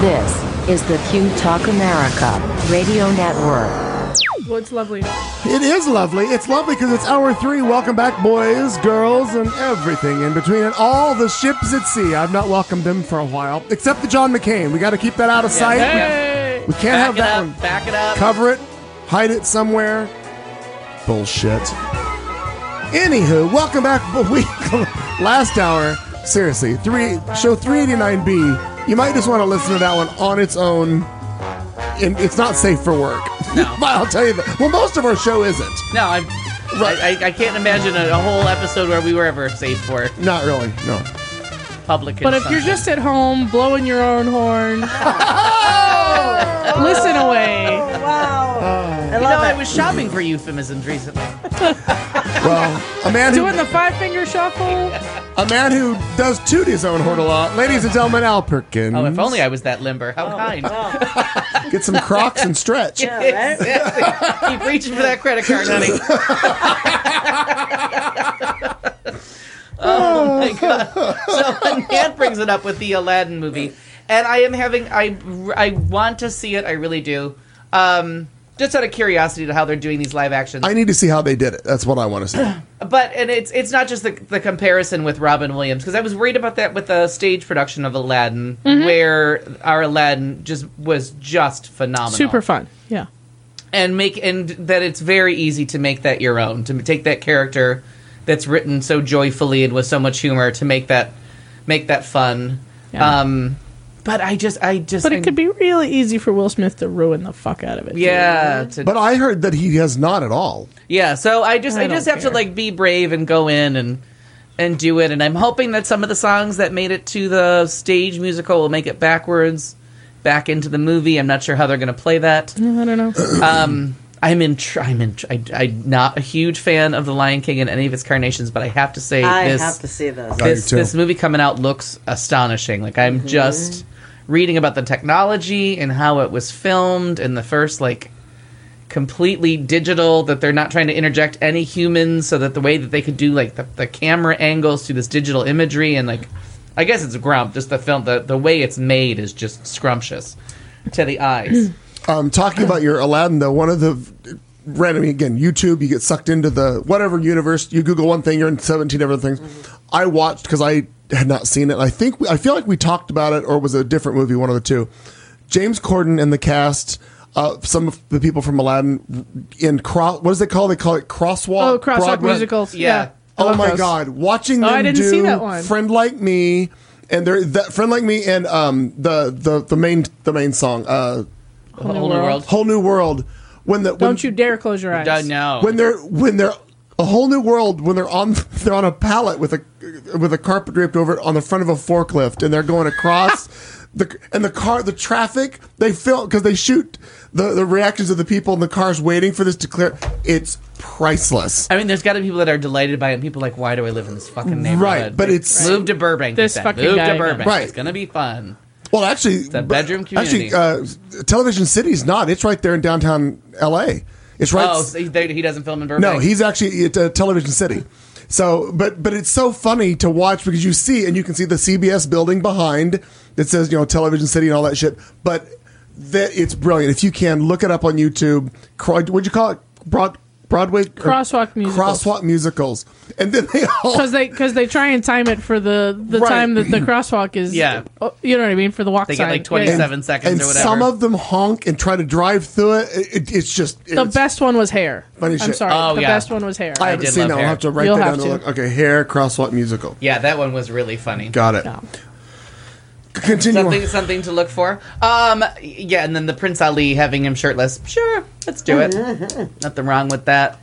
This is the Q Talk America Radio Network. Well, it's lovely. It is lovely. It's lovely because it's hour three. Welcome back, boys, girls, and everything in between, and all the ships at sea. I've not welcomed them for a while, except the John McCain. We got to keep that out of sight. Hey! We can't have Back it that up. one. Back it up. Cover it, hide it somewhere. Bullshit. Anywho, welcome back. But we last hour, seriously, three show 389B. You might just want to listen to that one on its own. And it's not safe for work. No. but I'll tell you that. Well, most of our show isn't. No, I'm. Right. I, I, I can't imagine a, a whole episode where we were ever safe for Not really. No. public. But if you're consumption. just at home blowing your own horn, listen away. I you know, love I it. was shopping for euphemisms recently. Well, a man who Doing the five finger shuffle. a man who does toot his own horn a lot. Ladies and gentlemen, Al Perkins. Oh, if only I was that limber. How kind. Get some Crocs and stretch. Yeah, right? Exactly. Keep reaching for that credit card, honey. oh my god! So Nan brings it up with the Aladdin movie, and I am having I I want to see it. I really do. Um, just out of curiosity to how they're doing these live actions. I need to see how they did it. That's what I want to see. but and it's it's not just the, the comparison with Robin Williams because I was worried about that with the stage production of Aladdin, Mm-hmm. where our Aladdin just was just phenomenal, Super fun. Yeah. and make and that it's very easy to make that your own to take that character that's written so joyfully and with so much humor to make that make that fun. Yeah. Um, but I just I just But it could be really easy for Will Smith to ruin the fuck out of it. too. yeah to- But I heard that he has not at all. Yeah, so I just I I, just don't have care. to like be brave and go in and and do it. And I'm hoping that some of the songs that made it to the stage musical will make it backwards back into the movie. I'm not sure how they're going to play that. I don't know. Um, I'm in. Tr- I'm in. Tr- I, I'm not a huge fan of the Lion King and any of its carnations, but I have to say I this have to see this. I do this too. this movie coming out looks astonishing. Like Mm-hmm. I'm just reading about the technology and how it was filmed and the first like completely digital that they're not trying to interject any humans so that the way that they could do like the, the camera angles to this digital imagery and like I guess it's grump just the film the, the way it's made is just scrumptious to the eyes. Um, talking about your Aladdin, though, one of the randomly again YouTube, you get sucked into the whatever universe. You Google one thing, you're in seventeen other things. I watched because I had not seen it. I think we, I feel like we talked about it, or it was a different movie, one of the two. James Corden and the cast. Uh, some of the people from Aladdin in cross. What does they call? They call it crosswalk. oh, crosswalk Broadway. musicals. Yeah. Yeah. I Oh love my those. god! Watching Oh, them I didn't do see that one. "Friend Like Me" and they're that "Friend Like Me" and um the the the main the main song uh Whole, new world. "Whole New World" when the when, Don't you dare close your eyes. I know. when they're when they're a whole new world when they're on they're on a pallet with a with a carpet draped over it on the front of a forklift and they're going across the and the car the traffic they film because they shoot the the reactions of the people in the cars waiting for this to clear it's priceless I mean, there's got to be people that are delighted by it. and People like, why do I live in this fucking neighborhood? Right, but it's- move to Burbank. This then. fucking move guy to Burbank. Right. It's gonna be fun. well actually a bedroom community. actually uh, television city's not it's right there in downtown la it's right Oh, so he, they, he doesn't film in Burbank. No, he's actually at uh, Television City. So, but but it's so funny to watch because you see and you can see the CBS building behind that says you know Television City and all that shit. But that it's brilliant. If you can look it up on YouTube, cro- what'd you call it? Broad, Broadway or- Crosswalk musicals. Crosswalk musicals, and then they all Because they, cause they try and time it for the, the Right. time that the crosswalk is. Yeah. Oh, You know what I mean? For the walk They get sign. like Yeah. 27 seconds and or whatever. some of them honk and try to drive through it. It- it- it's just The it's- best one was hair. Funny I'm shit. sorry. Oh, the yeah. best one was hair. I haven't did seen love that. I'll Hair. have to write You'll that down have to to. look. Okay, hair crosswalk musical. yeah, that one was really funny. Got it. No. Continue. on. Something, something to look for. Um, yeah, and then the Prince Ali having him shirtless. Sure, let's do it. Nothing wrong with that.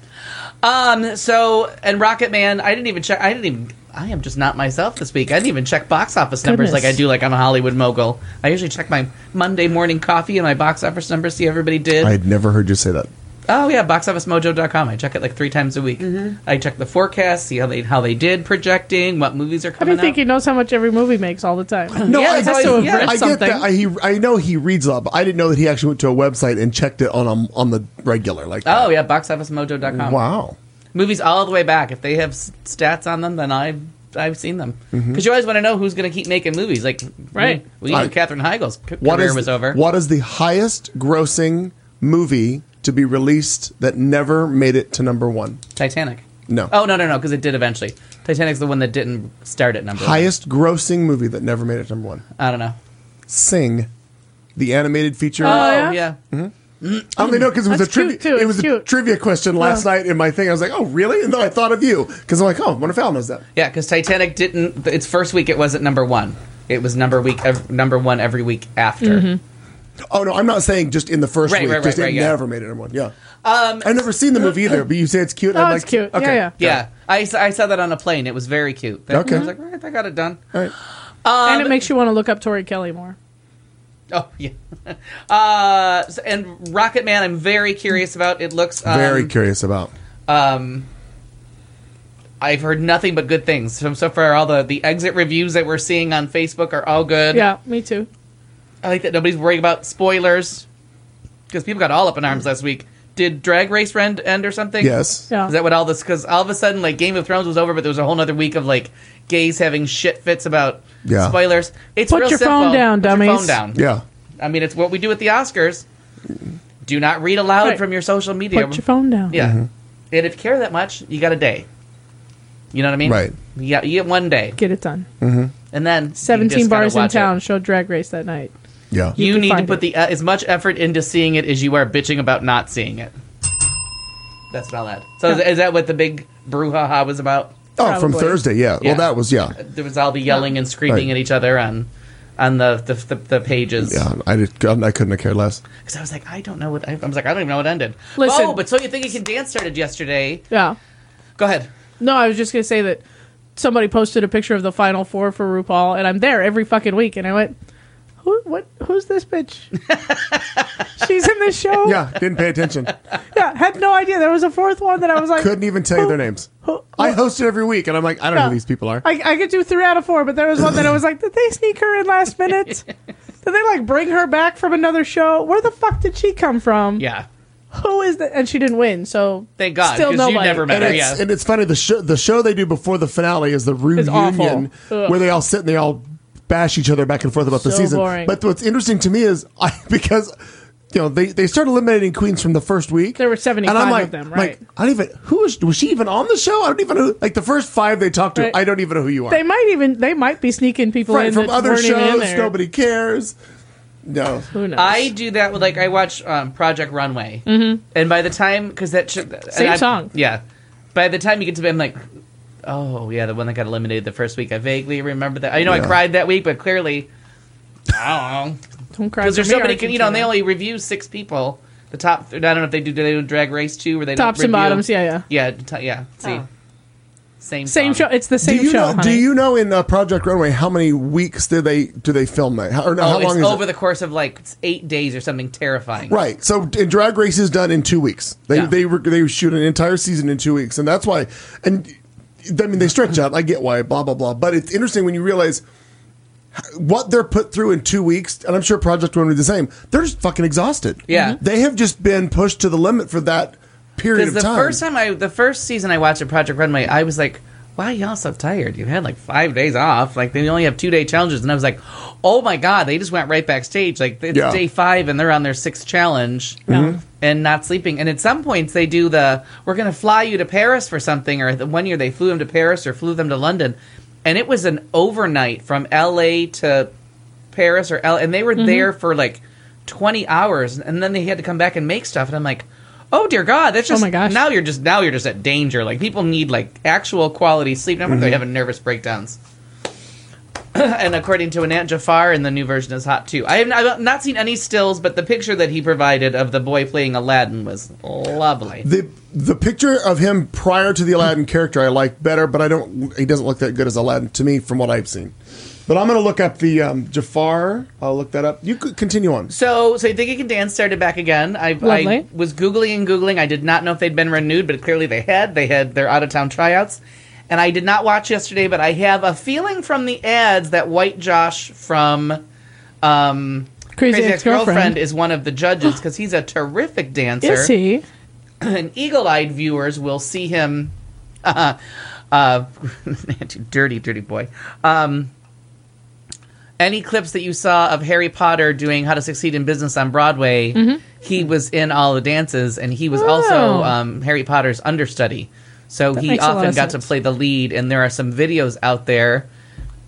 Um, so and Rocket Man, I didn't even check. I didn't even. I am just not myself this week. I didn't even check box office numbers Goodness. like I do. Like I'm a Hollywood mogul. I usually check my Monday morning coffee and my box office numbers, see everybody did. I had never heard you say that. Oh yeah, boxofficemojo.com. I check it like three times a week. I check the forecast, see how they how they did projecting, what movies are I coming do think he out. knows how much every movie makes all the time. No, Yeah, I, it's I, always- I, yeah, it's get something. that. I, he, I know he reads a lot, but I didn't know that he actually went to a website and checked it on a, on the regular. Like, that. Oh yeah, boxofficemojo.com. wow, Movies all the way back. If they have s- stats on them, then I I've seen them because you always want to know who's going to keep making movies. Like, Right. We, we knew Mm-hmm. I- Catherine Heigl's c- What career is was over. what is the highest grossing movie to be released that never made it to number one? Titanic. No. Oh no no no because it did eventually. Titanic's the one that didn't start at number. one. Highest grossing movie that never made it to number one. I don't know. Sing, the animated feature. Oh, yeah? Oh yeah. Mm-hmm. I only know because it was Hmm. That's a trivia. cute, too. It It's was a cute. trivia question last night in my thing. I was like, "Oh, really?" And then I thought of you because I'm like, "Oh, I wonder if Al knows that." Yeah, because Titanic didn't. Its first week, it wasn't number one. It was number week, ev- number one every week after. Mm-hmm. Oh no, I'm not saying just in the first Right, week. right, right, just it right, yeah. never made it number one. Yeah. Um, I've never seen the movie either, but you say it's cute. Oh, I'm it's like, cute. Yeah, Okay. yeah. Yeah, I, s- I saw that on a plane. It was very cute. That- Okay. I was like, right, I got it done. All right. and it makes you want to look up Tori Kelly more. Oh yeah. uh, s- and Rocket Man, I'm very curious about. It looks um, Very curious about. Um, I've heard nothing but good things from so far. All the the exit reviews that we're seeing on Facebook are all good. Yeah, me too. I like that nobody's worrying about spoilers because people got all up in arms last week. Did Drag Race end, end or something? Yes. Yeah. Is that what all this? Because all of a sudden, like Game of Thrones was over, but there was a whole other week of like gays having shit fits about Yeah. spoilers. It's Put real your simple. phone down, Put Your phone dummies. down. Yeah. I mean, it's what we do at the Oscars. Do not read aloud Right. from your social media. Put your phone down. Yeah. Mm-hmm. And if you care that much, you got a day. You know what I mean? Right. Yeah, you get one day, Get it done. and then you Seventeen just gotta bars in watch it. town showed Drag Race that night. Yeah. You, can need to find put it. the uh, as much effort into seeing it as you are bitching about not seeing it. That's not that. So is, is that what the big brouhaha was about? oh, from probably. Thursday. Yeah. Yeah. Well, that was yeah. There was all the yelling and screaming Right. at each other on on the the, the, the pages. Yeah. I just I couldn't have cared less. Because I was like, I don't know what I, I was like. I don't even know what ended. Listen. Oh, but so you think you can dance started yesterday? Yeah. Go ahead. No, I was just gonna say that somebody posted a picture of the final four for RuPaul, and I'm there every fucking week, and I went, "Who? What? Who's this bitch? She's in this show. Yeah. Didn't pay attention. Yeah, had no idea there was a fourth one that I was like, couldn't even tell you their names. who- I host it every week, and I'm like, I don't know who these people are. I, I could do three out of four, but there was one that I was like, did they sneak her in last minute? did they like bring her back from another show? Where the fuck did she come from? Yeah. Who is that? And she didn't win, so Thank God. Still 'cause nobody. You never met And her. it's, Yeah. and it's funny the show the show they do before the finale is the reunion awful. Ugh. where they all sit and they all bash each other back and forth about the So season. boring. But what's interesting to me is I because you know they they start eliminating queens from the first week. There were 75 And I'm of like, them, I'm right. Like, I don't even who was was she even on the show? I don't even know. Like the first five they talked to, Right. I don't even know who you are. they might even they might be sneaking people right in from that other weren't even in shows, there. nobody cares. No, Who knows? I do that with like I watch um, Project Runway, mm-hmm. and by the time because that should, and Same I- song. yeah. By the time you get to me, I'm like, oh yeah, the one that got eliminated the first week. I vaguely remember that. I know I Yeah. cried that week, but clearly, I don't know don't cry because there's for me, so many. You know, and they Argentina. only review six people. The top, I don't know if they do. Do they do Drag Race too, where they don't tops and review- bottoms. Yeah, yeah. Oh. yeah, t- yeah. See, same Same show. song. It's the do same you show. know? Do honey. you know in uh, Project Runway how many weeks do they do they film that? How, or no, Oh, how long it's is over it? the course of like eight days or something terrifying. Right. So and drag race is done in two weeks. They Yeah. they were- they shoot an entire season in two weeks, and that's why. And I mean, they stretch out. I get why. Blah blah blah. But it's interesting when you realize what they're put through in two weeks, and I'm sure Project One would be the same. They're just fucking exhausted. Yeah. They have just been pushed to the limit for that period Because of the time. first time I, the first season I watched of Project Runway, I was like, "Why y'all so tired? You had like five days off. Like they only have two day challenges." And I was like, "Oh my god, they just went right backstage. Like it's Yeah. Mm-hmm. day five, and they're on their sixth challenge and not sleeping." And at some points, they do the "We're going to fly you to Paris for something," or the one year they flew them to Paris or flew them to London, and it was an overnight from L.A. to Paris or L, and they were there for like twenty hours, and then they had to come back and make stuff. And I'm like, oh dear God, that's just my gosh. now you're just now you're just at danger. Like people need like actual quality sleep. No wonder Mm-hmm. they have nervous breakdowns. and according to Anant Jafar, in the new version is hot too. I have not, I've not seen any stills, but the picture that he provided of the boy playing Aladdin was lovely. the the picture of him prior to the Aladdin character I like better, but I don't. He doesn't look that good as Aladdin to me, from what I've seen. But I'm going to look up the um, Jafar. I'll look that up. You could continue on. So, so you think you can dance started back again? I, I Lovely. was googling and googling. I did not know if they'd been renewed, but clearly they had. They had their out of town tryouts, and I did not watch yesterday. But I have a feeling from the ads that White Josh from um, Crazy Ex-Girlfriend. is one of the judges because he's a terrific dancer Is he? and eagle-eyed viewers will see him uh, Uh, Nancy, dirty, dirty boy. Um, any clips that you saw of Harry Potter doing How to Succeed in Business on Broadway, he was in all the dances, and he was also Mm-hmm. Oh. um, Harry Potter's understudy. So he makes a lot often of got sense. to play the lead, and there are some videos out there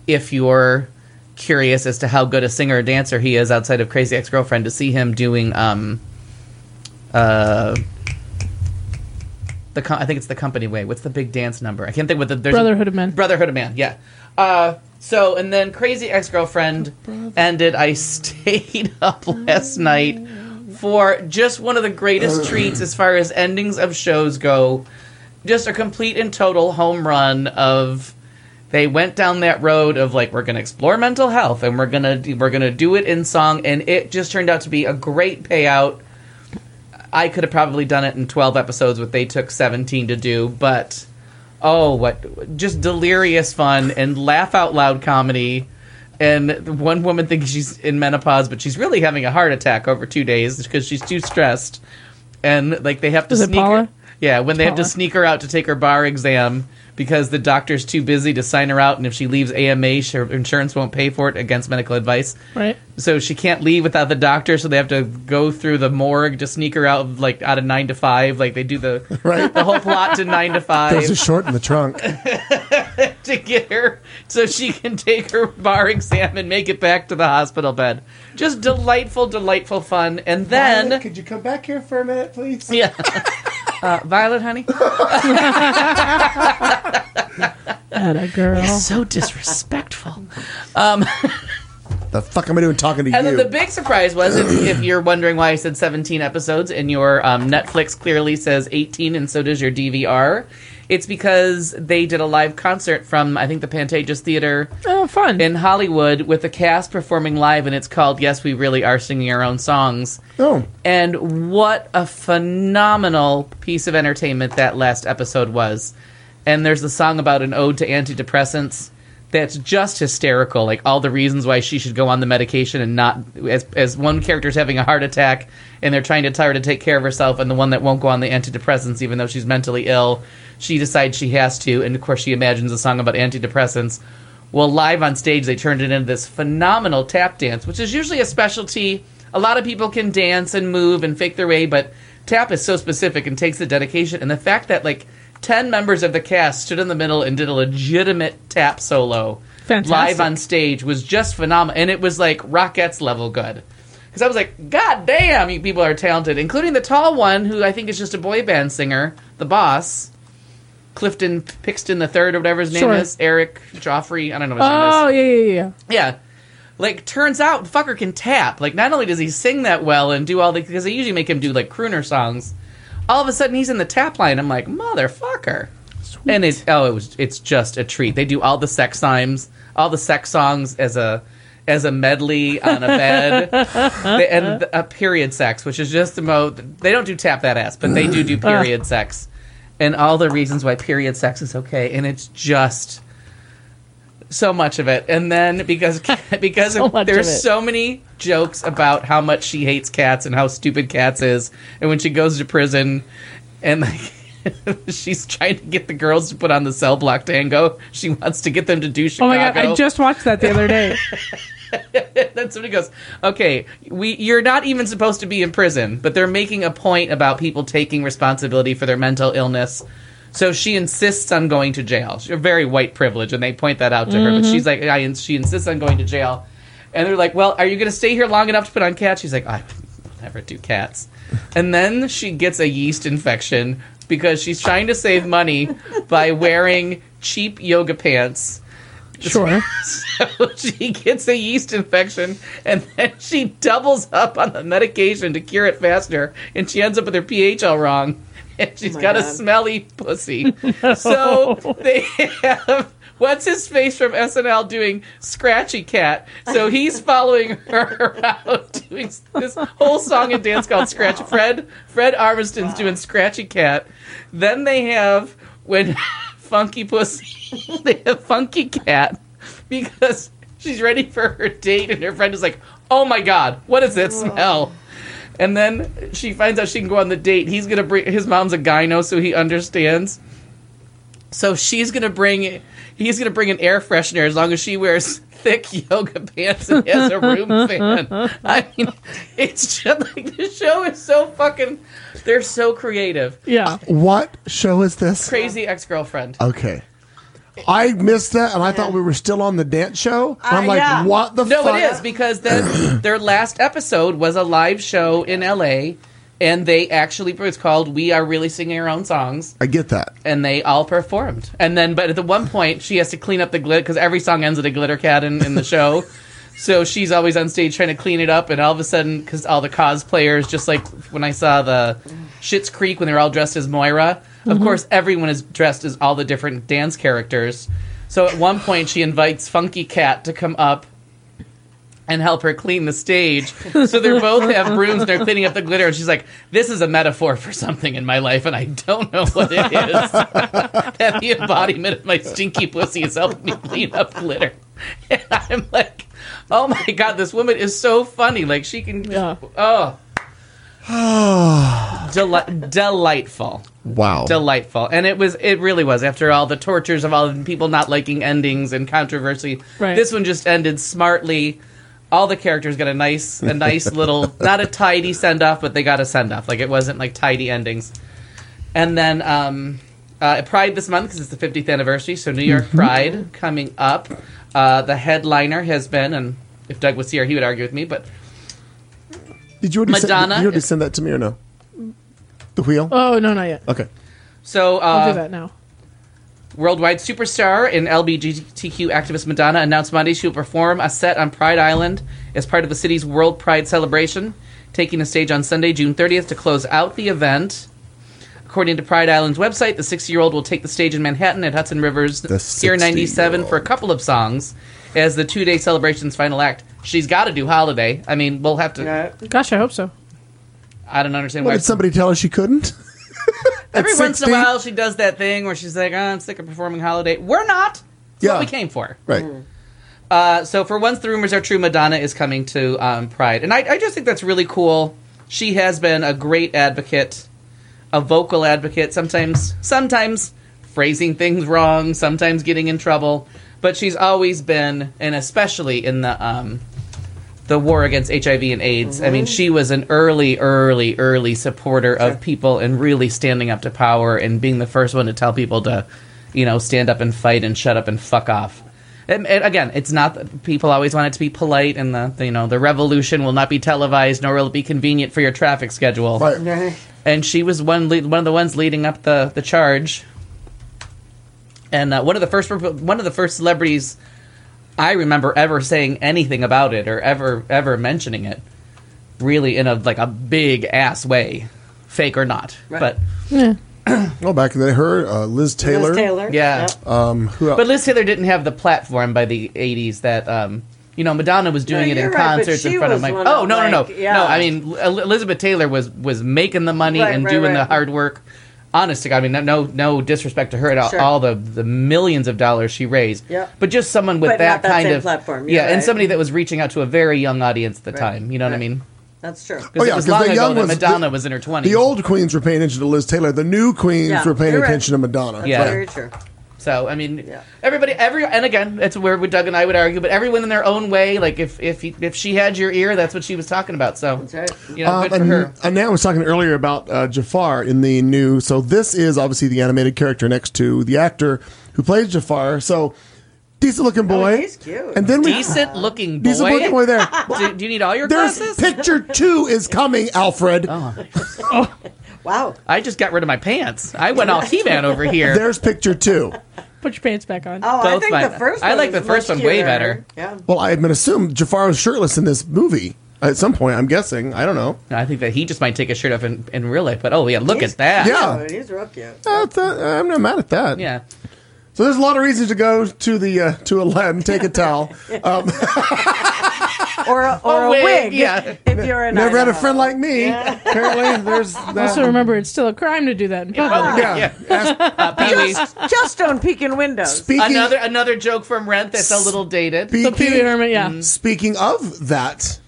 if you're curious as to how good a singer or dancer he is outside of Crazy Ex Girlfriend to see him doing um, uh, the com- I think it's the Company Way. What's the big dance number? I can't think what the there's a- Brotherhood of Men. Brotherhood of Man. Yeah. Uh, so and then Crazy Ex Girlfriend ended. I stayed up last night for just one of the greatest treats as far as endings of shows go. Just a complete and total home run of they went down that road of like we're going to explore mental health and we're going to we're going to do it in song and it just turned out to be a great payout. I could have probably done it in 12 episodes what they took 17 to do, but oh, what just delirious fun and laugh out loud comedy. And one woman thinks she's in menopause, but she's really having a heart attack over two days because she's too stressed. And like they have to Is it sneak her, Paula? yeah, when they have to Paula. sneak her out to take her bar exam because the doctor's too busy to sign her out, and if she leaves AMA, her insurance won't pay for it against medical advice Right. so she can't leave without the doctor so they have to go through the morgue to sneak her out like out of nine to five like they do the Right. the whole plot to nine to five There's a short in the trunk. to get her so she can take her bar exam and make it back to the hospital bed just delightful delightful fun and then could you come back here for a minute, please? yeah uh, violet honey At a girl. so disrespectful The fuck am I doing talking to And you? then the big surprise was if, if you're wondering why I said 17 episodes and your um, Netflix clearly says 18 and so does your DVR, it's because they did a live concert from, I think, the Pantages Theater Oh, fun. in Hollywood with the cast performing live, and it's called Yes, We Really Are Singing Our Own Songs. oh, And what a phenomenal piece of entertainment that last episode was. And there's the song about an ode to antidepressants that's just hysterical. Like all the reasons why she should go on the medication and not as as one character's having a heart attack and they're trying to tell her to take care of herself and the one that won't go on the antidepressants even though she's mentally ill, she decides she has to and of course she imagines a song about antidepressants. Well, live on stage, they turned it into this phenomenal tap dance, which is usually a specialty. A lot of people can dance and move and fake their way, but tap is so specific and takes the dedication. And the fact that, like, 10 members of the cast stood in the middle and did a legitimate tap solo Fantastic. live on stage was just phenomenal. And it was, like, Rockettes level good. Because I was like, God damn, you people are talented, including the tall one, who I think is just a boy band singer, the boss. Clifton Pixton the third or whatever his name Sure. is, Eric Joffrey. I don't know what his name is. Oh, yeah, yeah, yeah. Yeah. Like, turns out the fucker can tap. Like, not only does he sing that well and do all the, because they usually make him do like crooner songs. All of a sudden, he's in the tap line. I'm like, motherfucker. And it's oh, it was it's just a treat. They do all the sex times, all the sex songs as a as a medley on a bed, Uh-huh. They- and a period sex, which is just the mo. They don't do tap that ass, but they do do Uh-huh. period sex, and all the reasons why period sex is okay. And it's just so much of it. And then because because So of- much there's of it. so many jokes about how much she hates cats and how stupid cats is, and when she goes to prison, and like. She's trying to get the girls to put on the cell block tango. She wants to get them to do Oh Chicago. my god, I just watched that the other day. then somebody goes, "Okay, we you're not even supposed to be in prison, but they're making a point about people taking responsibility for their mental illness." So she insists on going to jail. She's very white privilege, and they point that out to her. But she's like, I, she insists on going to jail, and they're like, "Well, are you going to stay here long enough to put on cats?" She's like, "I will never do cats." And then she gets a yeast infection because she's trying to save money by wearing cheap yoga pants Sure. so she gets a yeast infection and then she doubles up on the medication to cure it faster and she ends up with her pH all wrong and she's Oh my got a God. smelly pussy. So they have what's his face from SNL doing Scratchy Cat. So he's following her around doing this whole song and dance called Scratch Fred Fred Armisten's doing Scratchy Cat. Then they have when Funky Pussy they have Funky Cat because she's ready for her date and her friend is like, "Oh my god, what is that smell?" And then she finds out she can go on the date. He's gonna bring his mom's a gyno, so he understands. So she's gonna bring, he's gonna bring an air freshener as long as she wears thick yoga pants and has a room fan. I mean, it's just like the show is so fucking. They're so creative. Yeah. What show is this? Crazy ex girlfriend. Okay. I missed that, and I thought we were still on the dance show. And I'm Uh, like, yeah. what the No, fuck? it is because then their last episode was a live show in L.A. and they actually it's called "We Are Really Singing Our Own Songs." I get that. and they all performed. And then, but at the one point, she has to clean up the glitter because every song ends with a glitter cat in, in the show. so she's always on stage trying to clean it up, and all of a sudden, because all the cosplayers, just like when I saw the Shit's Creek when they're all dressed as Moira, of course, everyone is dressed as all the different dance characters. So at one point, she invites Funky Cat to come up and help her clean the stage. So they're both have brooms and they're cleaning up the glitter. And she's like, "This is a metaphor for something in my life, and I don't know what it is. that the embodiment of my stinky pussy is helping me clean up glitter." And I'm like, "Oh my god, this woman is so funny. Like she can, Yeah. oh, Deli- delightful." Wow. delightful and it was it really was after all the tortures of all the people not liking endings and controversy Right. this one just ended smartly all the characters got a nice a nice little not a tidy send off but they got a send off like it wasn't like tidy endings and then um uh, at pride this month because it's the 50th anniversary so new Mm-hmm. york pride coming up uh, the headliner has been and if doug was here he would argue with me but Did you already, Madonna- Uh, Send, you already send that to me or no? The wheel? Oh no, not yet. okay. so uh, I'll do that now. Worldwide superstar and LGBTQ activist Madonna announced Monday she will perform a set on Pride Island as part of the city's World Pride celebration, taking the stage on Sunday, June 30th, to close out the event. According to Pride Island's website, the 60 year old will take the stage in Manhattan at Hudson River's Pier 97 for a couple of songs as the two day celebration's final act. She's got to do Holiday. I mean, we'll have to. Gosh, I hope so. I don't understand What, why. did somebody tell her she couldn't? At Every once in 16? a while, she does that thing where she's like, oh, I'm sick of performing Holiday. We're not. It's Yeah. what we came for. Right. Uh, so for once the rumors are true, Madonna is coming to um, Pride, and I, I just think that's really cool. She has been a great advocate, a vocal advocate. Sometimes, sometimes phrasing things wrong, sometimes getting in trouble, but she's always been, and especially in the um, the war against HIV and AIDS. I mean, she was an early, early, early supporter of people and really standing up to power and being the first one to tell people to, you know, stand up and fight and shut up and fuck off. And, and again, it's not that people always want it to be polite, and the, the you know the revolution will not be televised, nor will it be convenient for your traffic schedule. Right. And she was one lead, one of the ones leading up the the charge. And uh, one of the first one of the first celebrities I remember ever saying anything about it or ever ever mentioning it, really in a like a big ass way, fake or not. Right. But Yeah. Well, back in the day, her, uh, Liz Taylor. Liz Taylor. Yeah. Um, who else? but Liz Taylor didn't have the platform by the '80s that um, you know Madonna was doing it in you're right, but concerts in she front of was my. one Oh of, no no no like, yeah. no! I mean El- Elizabeth Taylor was was making the money Right, and right, doing the right. hard work. Honest to God, I mean no no no disrespect to her at all. Sure. All the the millions of dollars she raised. Yeah. But just someone with But that not that kind same of platform, Yeah, you're and right. somebody that was reaching out to a very young audience at the Right, time. You know what I right. mean? That's true. Because Oh, yeah, it was 'cause long the ago young that ones- Madonna was in her twenties. the old queens were paying attention to Liz Taylor. The new queens Yeah, were paying you're right. attention to Madonna. Yeah. Very true. So I mean, Yeah. everybody, every and again, that's where we- Doug and I would argue, but everyone in their own way. Like if if you- if she had your ear, that's what she was talking about. So That's right. you know, Um, good for and, her. and Nat was talking earlier about uh, Jafar in the new. So this is obviously the animated character next to the actor who plays Jafar. So decent looking boy. Oh, he's cute. And then we Decent looking boy. decent looking boy there. Do, do you need all your There's glasses? picture two is coming, Alfred. Oh, Wow. I just got rid of my pants. I went all He-Man over here. There's picture two. Put your pants back on. Oh, I Both think my- the first. I One like the is first much one way cuter. better. Yeah. Well, I would assume Jafar was shirtless in this movie at some point. I'm guessing. I don't know. I think that he just might take his shirt off in, in real life, but oh yeah, look at that. Yeah. Oh, he's real cute. That's, uh, I'm not mad at that. Yeah. So there's a lot of reasons to go to the uh, to Aladdin, take a towel. Um, Or a, or a wig, wig. Oh, yeah. If you're in uh, never had a Idaho. friend like me. Apparently, there's that. um, Also remember, it's still a crime to do that in public. yeah. Ask- Oh, Uh, Pee-wee. Just don't peek in windows. speaking another another joke from Rent that's a little dated. So Pee Wee Herman, yeah. Speaking of that,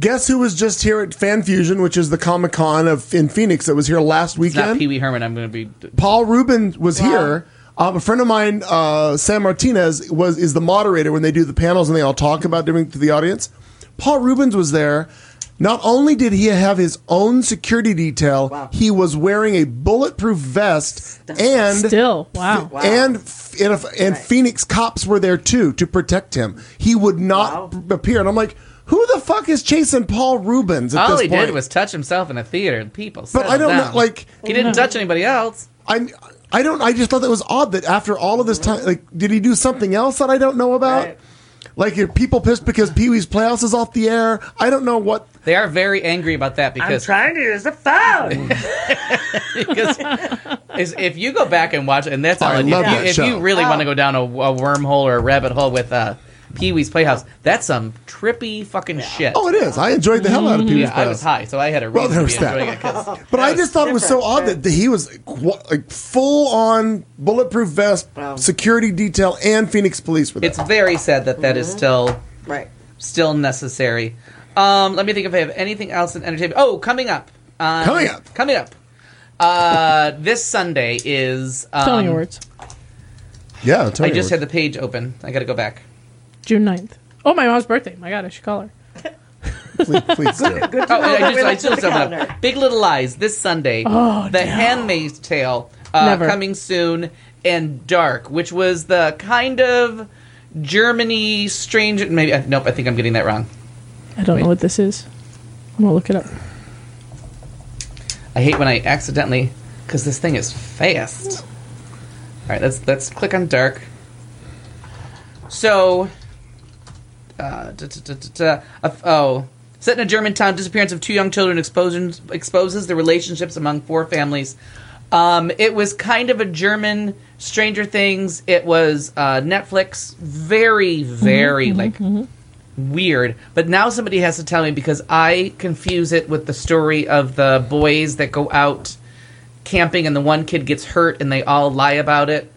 guess who was just here at Fan Fusion, which is the Comic Con of in Phoenix that was here last Not weekend? Pee Wee Herman. I'm going to be Paul Rubin was here. Um, a friend of mine, uh, Sam Martinez, was is the moderator when they do the panels and they all talk about different to the audience. Paul Rubens was there. Not only did he have his own security detail, Wow. he was wearing a bulletproof vest and Still, wow. Wow. and f- and, if, and Phoenix cops were there too to protect him. He would not Wow. b- appear, and I'm like, who the fuck is chasing Paul Rubens? At All this he point? did was touch himself in a theater. People, But I settle don't know, down. like- he didn't touch anybody else. I I don't. I just thought that was odd that after all of this time, like, did he do something else that I don't know about? Right. Like, are people pissed because Pee Wee's Playhouse is off the air? I don't know what. They are very angry about that because trying to use the phone. because is, if you go back and watch, and that's all I it is. love If you- that if show. you really want to go down a, a wormhole or a rabbit hole with uh, Pee Wee's Playhouse, that's some trippy fucking shit. Oh, it is. I enjoyed the hell out of Pee Wee's Mm-hmm. yeah, I was Playhouse. high, so I had a Well, reason there's to be that. enjoying it. 'cause but I that just thought it was so odd that, that he was like, qu- like full on bulletproof vest, Wow. security detail, and Phoenix police with it's it. very sad that that is still right. still necessary. Um, let me think if I have anything else in entertainment. Oh, coming up. on- Coming up. Coming up. Uh, this Sunday is um, Tony Awards, Yeah, tell I me just what- had the page open. I got to go back. June 9th. Oh, my mom's birthday. My God, I should call her. please, please do. Good to Oh, know I that just, we I looked just at the opened calendar. up. Big Little Lies this Sunday. Oh, the no. Handmaid's Tale uh, Never. coming soon, and Dark, which was the kind of Germany strange. Maybe uh, nope. I think I'm getting that wrong. I don't know what this is. I'm going to look it up. I hate when I accidentally because this thing is fast. All right, let's let's click on dark. So, uh, da, da, da, da, da, uh, oh, set in a German town, disappearance of two young children exposes exposes the relationships among four families. Um, it was kind of a German Stranger Things. It was uh, Netflix, very very like weird. But now somebody has to tell me because I confuse it with the story of the boys that go out camping and the one kid gets hurt and they all lie about it.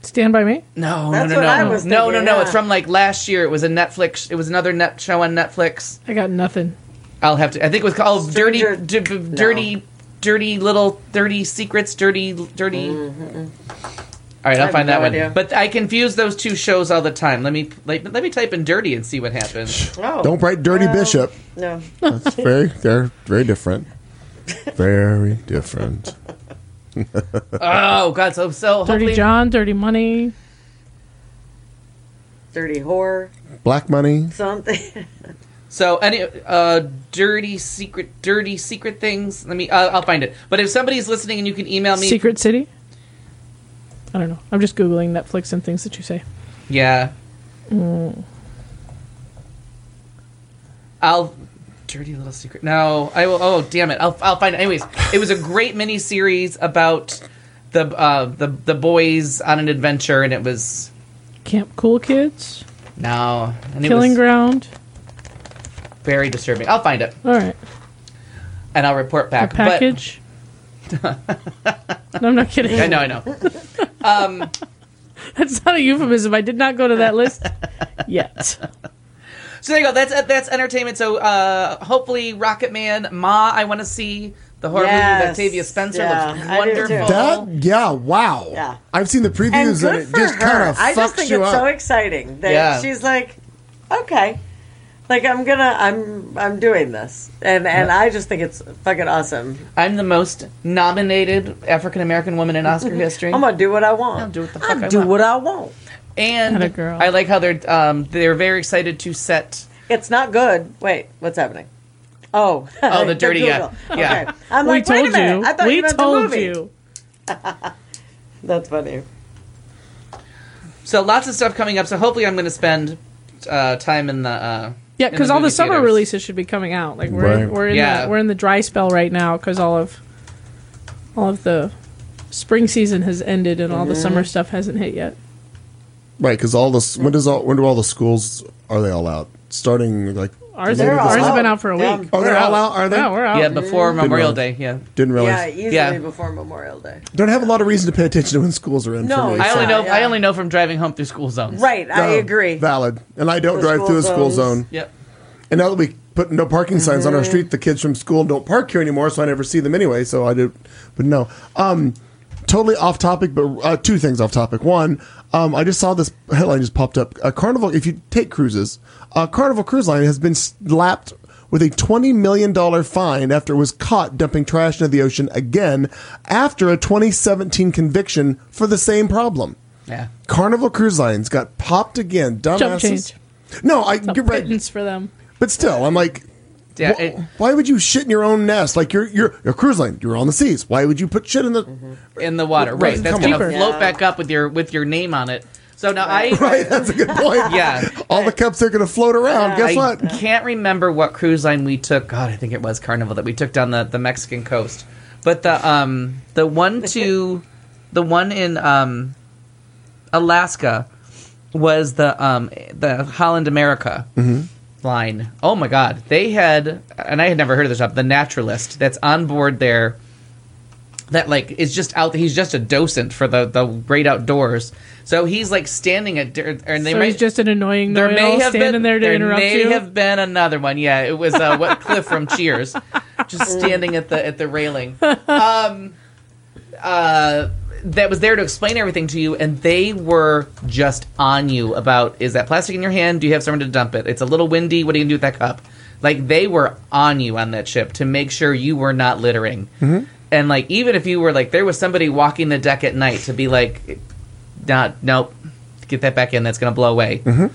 Stand by me? No, That's no, no, what I no, was no, no, thinking, no. yeah. It's from like last year. It was a Netflix. It was another net show on Netflix. I got nothing. I'll have to. I think it was called Stranger- Dirty, d- d- Dirty, Dirty Little Dirty Secrets. Dirty, Dirty. All right, Mm-hmm. I I'll have find no that one. idea. But I confuse those two shows all the time. Let me like, let me type in "dirty" and see what happens. Oh, Don't write Dirty Bishop. No. That's very, they're very different. Very different. Oh God, so so Dirty hopefully John, Dirty Money. Dirty whore. Black money. Something. So any uh, dirty secret, dirty secret things. Let me. Uh, I'll find it. But if somebody's listening and you can email me, Secret City? I don't know. I'm just Googling Netflix and things that you say. yeah. Hmm. I'll dirty little secret. No, I will. Oh damn it! I'll I'll find it. Anyways, it was a great mini series about the uh, the the boys on an adventure, and it was Camp Cool Kids, no, and it Killing was Ground. very disturbing. I'll find it All right. and I'll report A back. But- package. no, I'm not kidding. I know, I know. That's not a euphemism. I did not go to that list yet. So there you go. That's uh, that's entertainment. So uh, hopefully, Rocket Man, Ma, I want to see the horror movie with Yes. Octavia Spencer Yeah, looks I do too. wonderful. That yeah, wow. Oh. Yeah. I've seen the And previews and, good it for just kind her. of I just fucks think you it's up. so exciting that Yeah. she's like, okay, like I'm gonna, I'm, I'm doing this, and and I just think it's fucking awesome. I'm the most nominated African American woman in Oscar history. I'm gonna do what I want. I'll do what the I'll fuck I do want. what I want. and Atta girl. I like how they're um, they're very excited to set. It's not good. Wait, what's happening? Oh, Oh, the dirty guy. Google. Yeah. Okay. I'm we like, wait told a minute. you. I thought we you meant told the movie. you. That's funny. So lots of stuff coming up. So hopefully, I'm going to spend uh, time in the uh, Yeah, in because all the movie summer theaters. releases should be coming out. Like we're Right. in, we're in Yeah. the, we're in the dry spell right now because all of all of the spring season has ended and Mm-hmm. all the summer stuff hasn't hit yet. Right, because all the when does all when do all the schools are they all out? Starting like Ours, They're ours all has been out. out for a Yeah. week. oh they're We're all out. out are they? Yeah, we're out. Yeah, before Memorial Day. Yeah, Didn't Yeah, realize. easily Yeah. before Memorial Day. Don't have a lot of reason to pay attention to when schools are in. No, for me, I so- only Yeah, know I yeah. only know from driving home through school zones. Right, I No, agree. Valid, and I don't The drive school through the school zones. zone. Yep. And now that we put no parking signs on our street, the kids from school don't park here anymore, so I never see them anyway. So I do, but no. Um, totally off topic, but uh, two things off topic. One, um, I just saw this headline just popped up. A Carnival, if you take cruises, a Carnival Cruise Line has been slapped with a $20 million fine after it was caught dumping trash into the ocean again after a 2017 conviction for the same problem. Yeah. Carnival Cruise Lines got popped again. Dumbasses. change. No, I, A you're right. pittance for them. But still, I'm like, Yeah, wh- it- why would you shit in your own nest? Like you're you're a cruise line. You're on the seas. Why would you put shit in the? Mm-hmm. in the water. Right, Right. That's come going on. to float Yeah. back up with your with your name on it. So now I Right. That's a good point. Yeah. All the cups are gonna float around. Guess I what? can't remember what cruise line we took. God, I think it was Carnival that we took down the, the Mexican coast. But the um the one to the one in um Alaska was the um the Holland America line. Oh my God, they had and I had never heard of this shop. The Naturalist that's on board there. that like is just out. He's just a docent for the the great outdoors. So he's like standing at dir- and they so might he's just an annoying there may know-it-all have standing been there to interrupt may you. have been another one. Yeah, it was uh, what Cliff from Cheers, just standing at the at the railing. Um, uh, that was there to explain everything to you, and they were just on you about is that plastic in your hand? Do you have someone to dump it? It's a little windy. What are you gonna do with that cup? Like they were on you on that ship to make sure you were not littering. And like even if you were like there was somebody walking the deck at night to be like, not nope, get that back in. That's gonna blow away Mm-hmm.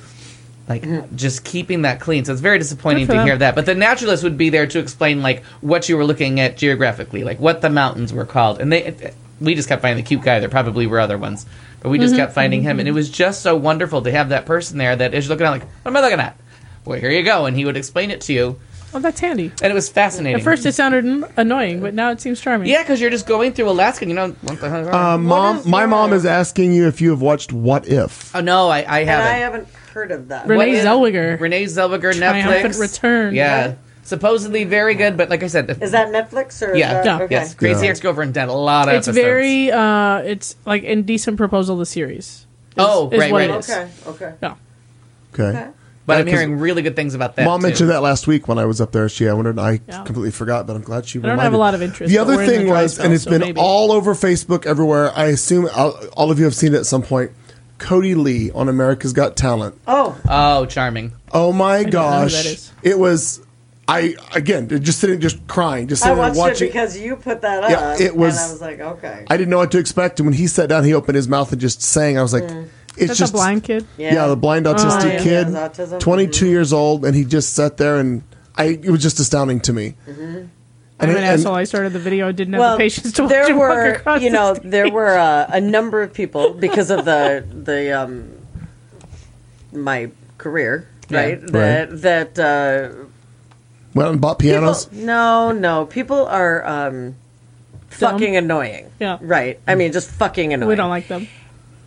like just keeping that clean. So it's very disappointing Good for to them. hear that. But the naturalist would be there to explain like what you were looking at geographically, like what the mountains were called. And they we just kept finding the cute guy. There probably were other ones, but we just Mm-hmm. kept finding him, and it was just so wonderful to have that person there that is looking at like what am I looking at? Well, here you go, and he would explain it to you, Oh, that's handy. and it was fascinating. At first, it sounded an- annoying, but now it seems charming. yeah, because you're just going through Alaska, and you know what the hell. Uh, mom, is my that? mom is asking you if you have watched What If. oh no, I, I And I haven't. haven't heard of that. Renee What is- Zellweger. Renee Zellweger, Triumphant Netflix return. Yeah, supposedly very good, but like I said, Is that Netflix or Yeah. Is that, Yeah. Okay. Yes, Crazy Yeah. Ex-Girlfriend did a lot of It's episodes. very, uh, it's like Indecent Proposal, the series. Oh, is right, what right. it is. Okay. Okay. Yeah. Okay. But Yeah, I'm 'cause hearing really good things about that. Mom too. mentioned that last week when I was up there. She, I wondered, I Yeah. completely forgot, but I'm glad she. I don't have a lot of interest, The but other we're in the thing dry was, spell, and it's so been maybe. all over Facebook everywhere. I assume all, all of you have seen it at some point. Cody Lee on America's Got Talent. Oh, Oh, charming. Oh my know who that gosh! is. It was, I again just sitting, just crying, just I sitting there watched watching. it because you put that up. Yeah, it was- And I was like, okay. I didn't know what to expect, and when he sat down, he opened his mouth and just sang. I was like, "It's That's just a blind Oh, kid. Yeah. the blind autistic Mm. yeah. kid, He has autism. Mm-hmm. 22 years old, and he just sat there, and I it was just astounding to me. Mm-hmm. I'm And, an and- asshole. I started the video. I didn't have well, the patience to watch there him walk were, across you the know, stage. there were uh, a number of people because of the the um, my career, Yeah. right? That that uh, went and bought people, pianos. no, no, people are um, fucking annoying. Yeah. right. I mean, just fucking annoying. We don't like them.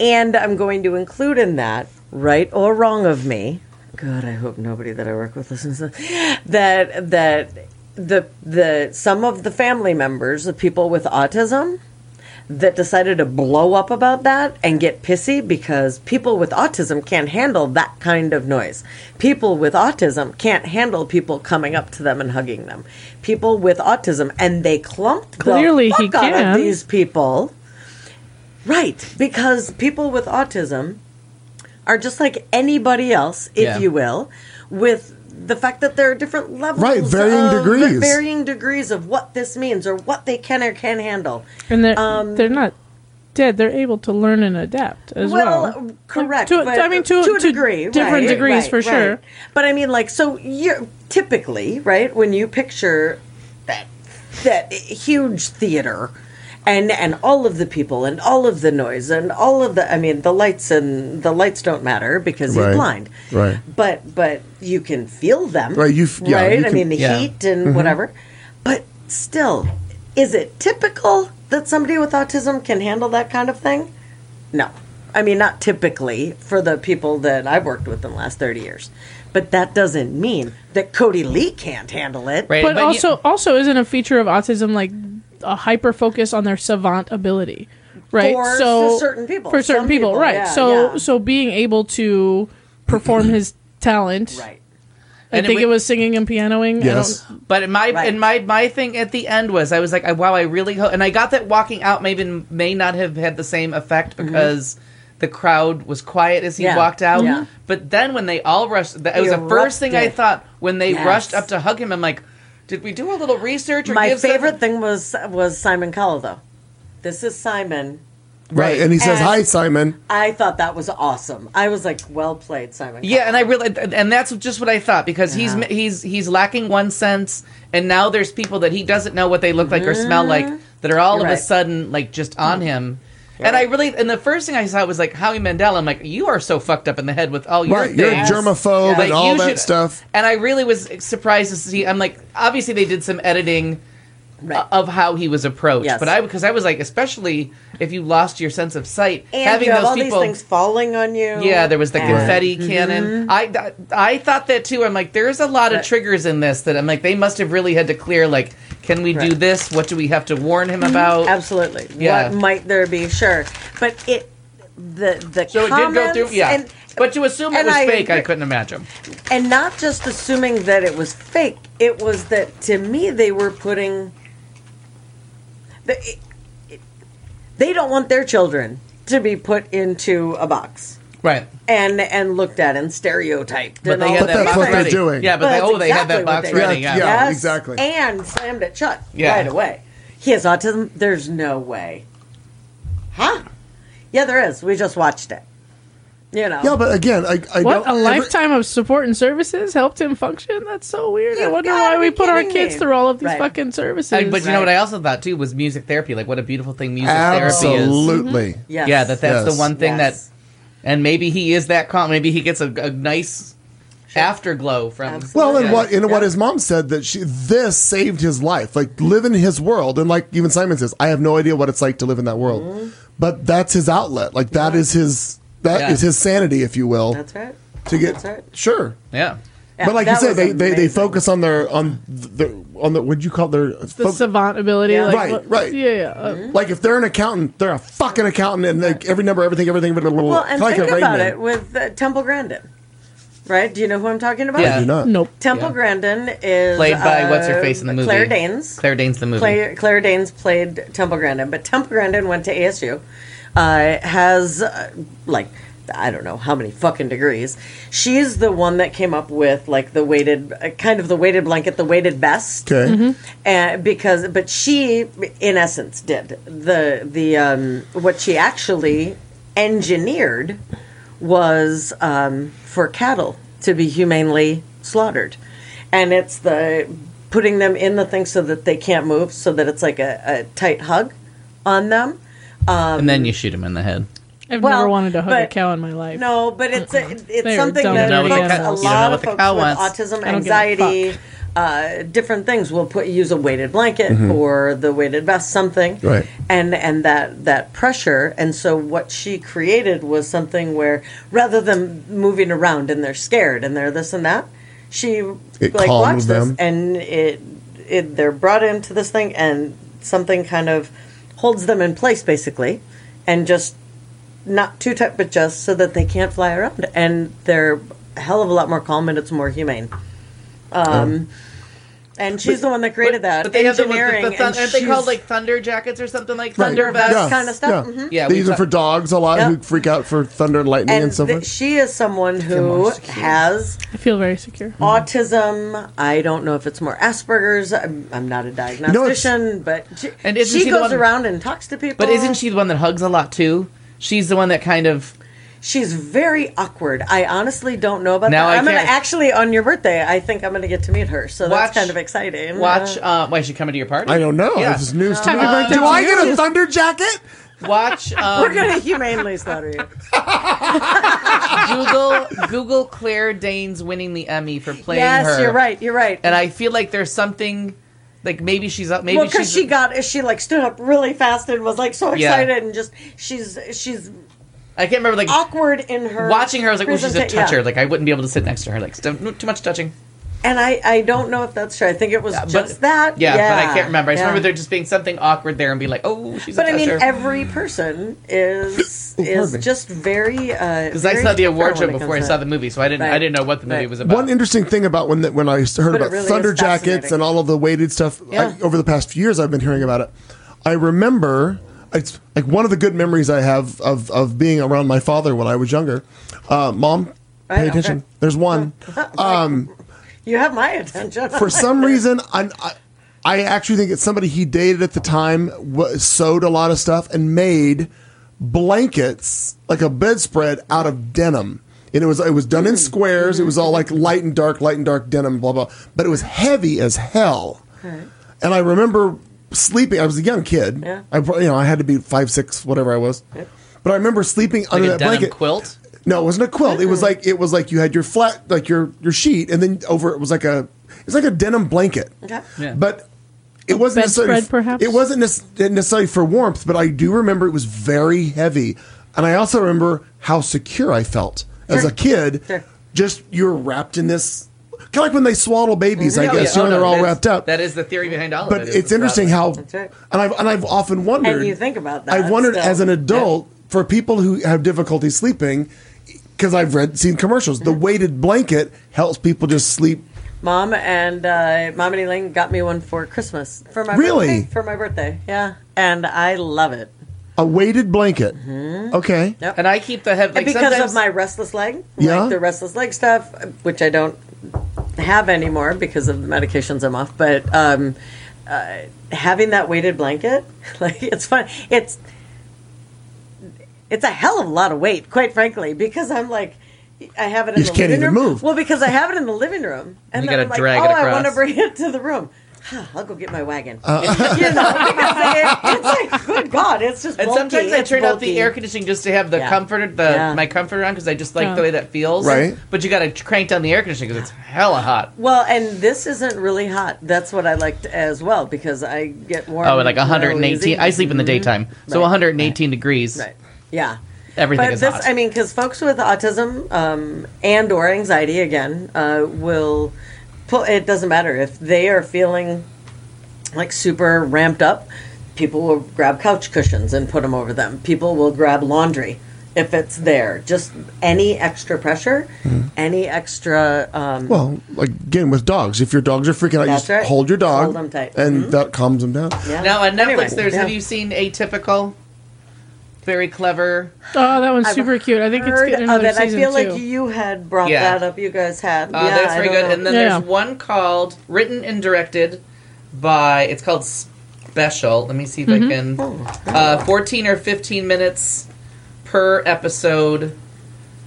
And I'm going to include in that, right or wrong of me, God, I hope nobody that I work with listens to this, that that the the some of the family members, the people with autism that decided to blow up about that and get pissy because people with autism can't handle that kind of noise. People with autism can't handle people coming up to them and hugging them. People with autism and they clumped Clearly the he fuck out of can. these people. Right, because people with autism are just like anybody else, if Yeah. you will, with the fact that there are different levels, Right, varying of- degrees. varying degrees of what this means or what they can or can handle. And they're, Um, they're not dead. They're able to learn and adapt as well. well, correct. Like, to- but I mean, to- a to degree, different right, degrees right, for right. sure. But I mean, like, so you're typically right when you picture that that huge theater. And, and all of the people and all of the noise and all of the I mean the lights and the lights don't matter because Right, you're blind right. but but you can feel them Right, you f- yeah, right you I can- Mm-hmm. mean the Yeah. heat and whatever but still is it typical that somebody with autism can handle that kind of thing no. I mean, not typically for the people that I've worked with in the last 30 years. But that doesn't mean that Cody Lee can't handle it. Right, but, you- also also isn't a feature of autism like a hyper focus on their savant ability right For so s- certain people. for certain Some people, people, right yeah, so yeah. so being able to perform his talent Right. I And it think it, wa- was singing and pianoing. I Yes. don't- But my Right. and my my thing at the end was I was like, I, wow, I really hope. And I got that walking out maybe may not have had the same effect because the crowd was quiet as he Mm-hmm. Yeah. walked out. Yeah. But then when they all rushed, that was the first thing I Erupted. thought when they Yes. rushed up to hug him. I'm like, did we do a little research? Or My give some- favorite thing was was Simon Cowell though. This is Simon. Right. And he says, And- Hi, Simon. I thought that was awesome. I was like, well played, Simon. Yeah, and I really and that's just what I thought because he's Yeah. he's he's lacking one sense, and now there's people that he doesn't know what they look like or smell like that are all Mm-hmm. You're of a right. Mm-hmm. sudden like just on him. and I really and the first thing I saw was like Howie Mandel. I'm like, you are so fucked up in the head with all your Right. things. You're a germaphobe Like, and you all that should- stuff. And I really was surprised to see. I'm like, obviously they did some editing Right. of how he was approached, Yes. but I because I was like, especially if you lost your sense of sight, and having you have those all people these things falling on you. yeah, there was the And- confetti cannon. I, I I thought that too. I'm like, there's a lot of Right. triggers in this that I'm like, they must have really had to clear. Like, can we do Right. Mm-hmm. this? What do we have to warn him about? Absolutely. Yeah. What might there be? Sure, but it the the So it did go comments through. Yeah, and, but to assume it and was I fake, I agree. couldn't imagine. and not just assuming that it was fake. It was that to me they were putting the, it, it- they don't want their children to be put into a box Right. and and looked at and stereotyped. But and they all had But that that's box what they're ready. doing. Yeah, but they, That's oh, they had that exactly what box they ready. did. Yeah. Yeah. yeah. exactly. And slammed it shut Yeah. right away. He has autism. There's no way. Huh? Yeah, there is. We just watched it. You know. Yeah, but again, I, I What a know every- lifetime of support and services helped him function. That's so weird. I You've wonder gotta why we be put our kidding kids me. through all of these Right. fucking services. Like, but you know what Right. I also thought too was music therapy. Like, what a beautiful thing music therapy is. absolutely. Yes. Yeah, that that's Yes. the one thing Yes. that, and maybe he is that calm. Maybe he gets a, a nice afterglow from. Absolutely. Well, and Yeah. what and what Yeah. his mom said that she this saved his life, like live in his world, and like even Simon says, I have no idea what it's like to live in that world, Mm-hmm. but that's his outlet. Like that is his that is Yeah. his sanity, if you will, That's right. to get That's right. sure. Yeah. Yeah, but like you that said, was they, they they amazing. focus on their on the on the what would you call their the fo- savant ability. Yeah. Like, Right, what- right. Mm-hmm. Yeah, yeah. Uh, like if they're an accountant, they're a fucking accountant, and like every number, everything, everything, but Well, and like think a Rain about Man. it with uh, Temple Grandin, right? Do you know who I'm talking about? Yeah. I do not. Nope. Temple Yeah. Grandin is played by uh, what's her face in the movie? Claire Danes. Claire Danes the movie. Claire, Claire Danes played Temple Grandin, but Temple Grandin went to ASU. Uh, has uh, like I don't know how many fucking degrees. She's the one that came up with like the weighted, uh, kind of the weighted blanket, the weighted vest, Okay, and because but she in essence did the the um, what she actually engineered was um, for cattle to be humanely slaughtered and it's the putting them in the thing so that they can't move so that it's like a, a tight hug on them and um, then you shoot him in the head. I've Well, never wanted to hug a but- cow in my life. no but it's a, it's They are something dumb that You don't know what the folks, cow- you don't know a lot what of the folks with cow wants. I autism don't give a anxiety fuck. uh, different things will put use a weighted blanket Mm-hmm. or the weighted vest something Right. and and that that pressure and so what she created was something where rather than moving around and they're scared and they're this and that she It like calmed watched them. this and it it they're brought into this thing and something kind of holds them in place basically and just not too tight but just so that they can't fly around and they're a hell of a lot more calm and it's more humane um and she's the one that created that But they have the, with the, engineering the thun- and aren't they she's- called like thunder jackets or something like Right. thunder vest vests? Yeah. kind of stuff. Mhm. Yeah, they we use them saw- for dogs a lot Yep. who freak out for thunder and lightning and, and so th- forth. she is someone who has I feel very secure. Mm-hmm. autism. I don't know if it's more Asperger's. I'm, I'm not a diagnostician, but she, And isn't she she the goes one- around and talks to people. But isn't she the one that hugs a lot too? She's the one that kind of She's very awkward. I honestly don't know about Now that. I I'm gonna can't- actually on your birthday. I think I'm gonna get to meet her, so Watch- that's kind of exciting. watch. Uh, why is she coming to your party? I don't know. Yeah. This is news to Happy me. birthday Do to I you. get a thunder jacket? Watch. We're Um, gonna humanely slaughter you. Google Google Claire Danes winning the Emmy for playing yes, her. you're right. You're right. And I feel like there's something like maybe she's up. Maybe well, because she's she got she like stood up really fast and was like so Yeah. excited and just she's she's I can't remember like awkward in her watching her. I was like, well, she's a presenta- yeah. toucher. Like I wouldn't be able to sit next to her. Like too much touching. And I, I don't know if that's true. I think it was but- just that. Yeah, but I can't remember. I just yeah. remember there just being something awkward there and be like, oh, she's But a I mean, toucher. every person is is me. just very. Because because I saw the award show before I saw the movie, so I didn't. I Right. didn't know what the movie Right. was about. One interesting thing about when the, when I heard it about really is thunder jackets fascinating. and all of the weighted stuff Yeah. I, over the past few years, I've been hearing about it. I remember it's like one of the good memories I have of of being around my father when I was younger. Uh, Mom, Right, pay okay. attention. There's one. You have my attention. For some reason, I, I I actually think it's somebody he dated at the time w- sewed a lot of stuff and made blankets like a bedspread out of denim. And it was it was done Hmm. in squares. It was all like light and dark, light and dark denim, blah blah. But it was heavy as hell. And I remember sleeping. I was a young kid. Yeah. I pro- you know I had to be five six whatever I was. But I remember sleeping like under a that denim blanket. quilt. No, it wasn't a quilt. It was like it was like you had your flat like your your sheet, and then over it was like a it's like a denim blanket. Okay. Yeah. But it wasn't bedspread, necessarily perhaps? it wasn't nec- necessarily for warmth, but I do remember it was very heavy, and I also remember how secure I felt as Sure. a kid. Sure. Just you're wrapped in this. Kind of like when they swaddle babies, I No, guess. yeah, you oh, know, no, they're all that's- wrapped up. That is the theory behind all of But it. is it's the interesting process. how, That's right. and I've and I've often wondered. And you think about that I've wondered still. as an adult for people who have difficulty sleeping, because I've read seen commercials. Mm-hmm. The weighted blanket helps people just sleep. Mom and uh, Mom and Elaine got me one for Christmas for my Really? birthday, for my birthday. Yeah, and I love it. A weighted blanket. Okay. Mm-hmm. Yep. And I keep the head like And because sometimes- of my restless leg, Yeah. like the restless leg stuff, which I don't have anymore because of the medications I'm off. But um, uh, having that weighted blanket, like it's fun. It's it's a hell of a lot of weight, quite frankly, because I'm like. I have it in You the just can't living even room. move. Well, because I have it in the living room, and You then gotta I'm like, drag oh, it I want to across. bring it to the room. I'll go get my wagon. Uh. you know, because it, it's like, good God, it's just. And bulky, sometimes I it's turn out the bulky. air conditioning just to have the Yeah. comforter, the Yeah. my comforter on because I just like Yeah. the way that feels. Right. But you got to crank down the air conditioning because it's hella hot. Well, and this isn't really hot. That's what I liked as well because I get warm. Oh, like real 118. easy. Mm-hmm. I sleep in the daytime, so Right. 118 degrees. Right. Yeah. Everything but is this, hot. I mean, because folks with autism um, and or anxiety again uh, will pull. It doesn't matter if they are feeling like super ramped up. People will grab couch cushions and put them over them. People will grab laundry if it's there. Just any extra pressure, any extra. Um, Well, like again with dogs, if your dogs are freaking out, you That's just right. hold your dog, Hold 'em tight. Mm-hmm. and that calms them down. yeah. Now on Netflix, Anyway, there's. Have yeah. you seen Atypical? Very clever. Oh, that one's I've super cute. I think it's heard getting of another it. I season feel too. like you had brought Yeah. that up. You guys had. Uh, yeah, that's I very don't good. know. And then Yeah. there's one called, written and directed by, it's called Special. Let me see if Mm-hmm. I can. Oh, Uh, 14 or 15 minutes per episode.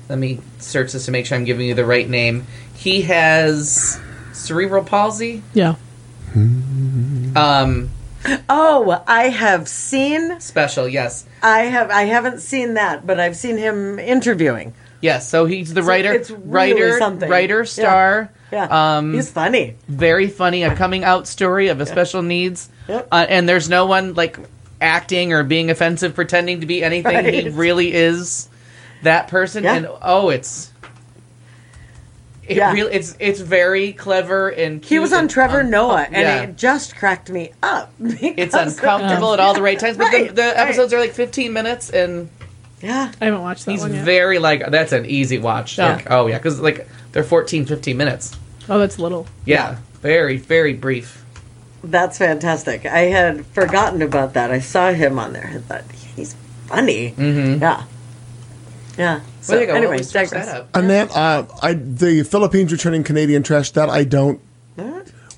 Let me search this to make sure I'm giving you the right name. He has cerebral palsy. yeah. Um, oh, I have seen. special, yes. I have. I haven't seen that, but I've seen him interviewing. Yes, so he's the So writer, it's really writer, something. writer, Yeah. star. Yeah, Um, he's funny. very funny a coming out story of a special needs Yep. uh, and there's no one like acting or being offensive pretending to be anything he Right. really is that person Yeah. and oh it's it Yeah. really it's it's very clever and He cute was on and Trevor un- Noah, and yeah. it just cracked me up. it's because- uncomfortable at all the right times but the, Right, the right. episodes are like 15 minutes and Yeah, I haven't watched that he's one yet. very like that's an easy watch Yeah. like oh yeah because like they're 14 15 minutes oh, that's little. yeah very very brief that's fantastic. I had forgotten about that. I saw him on there. I thought he's funny. Mm-hmm. Yeah, yeah. So Way to go. We'll anyway, just fix digress. that up. And then uh, I the Philippines returning Canadian trash that I don't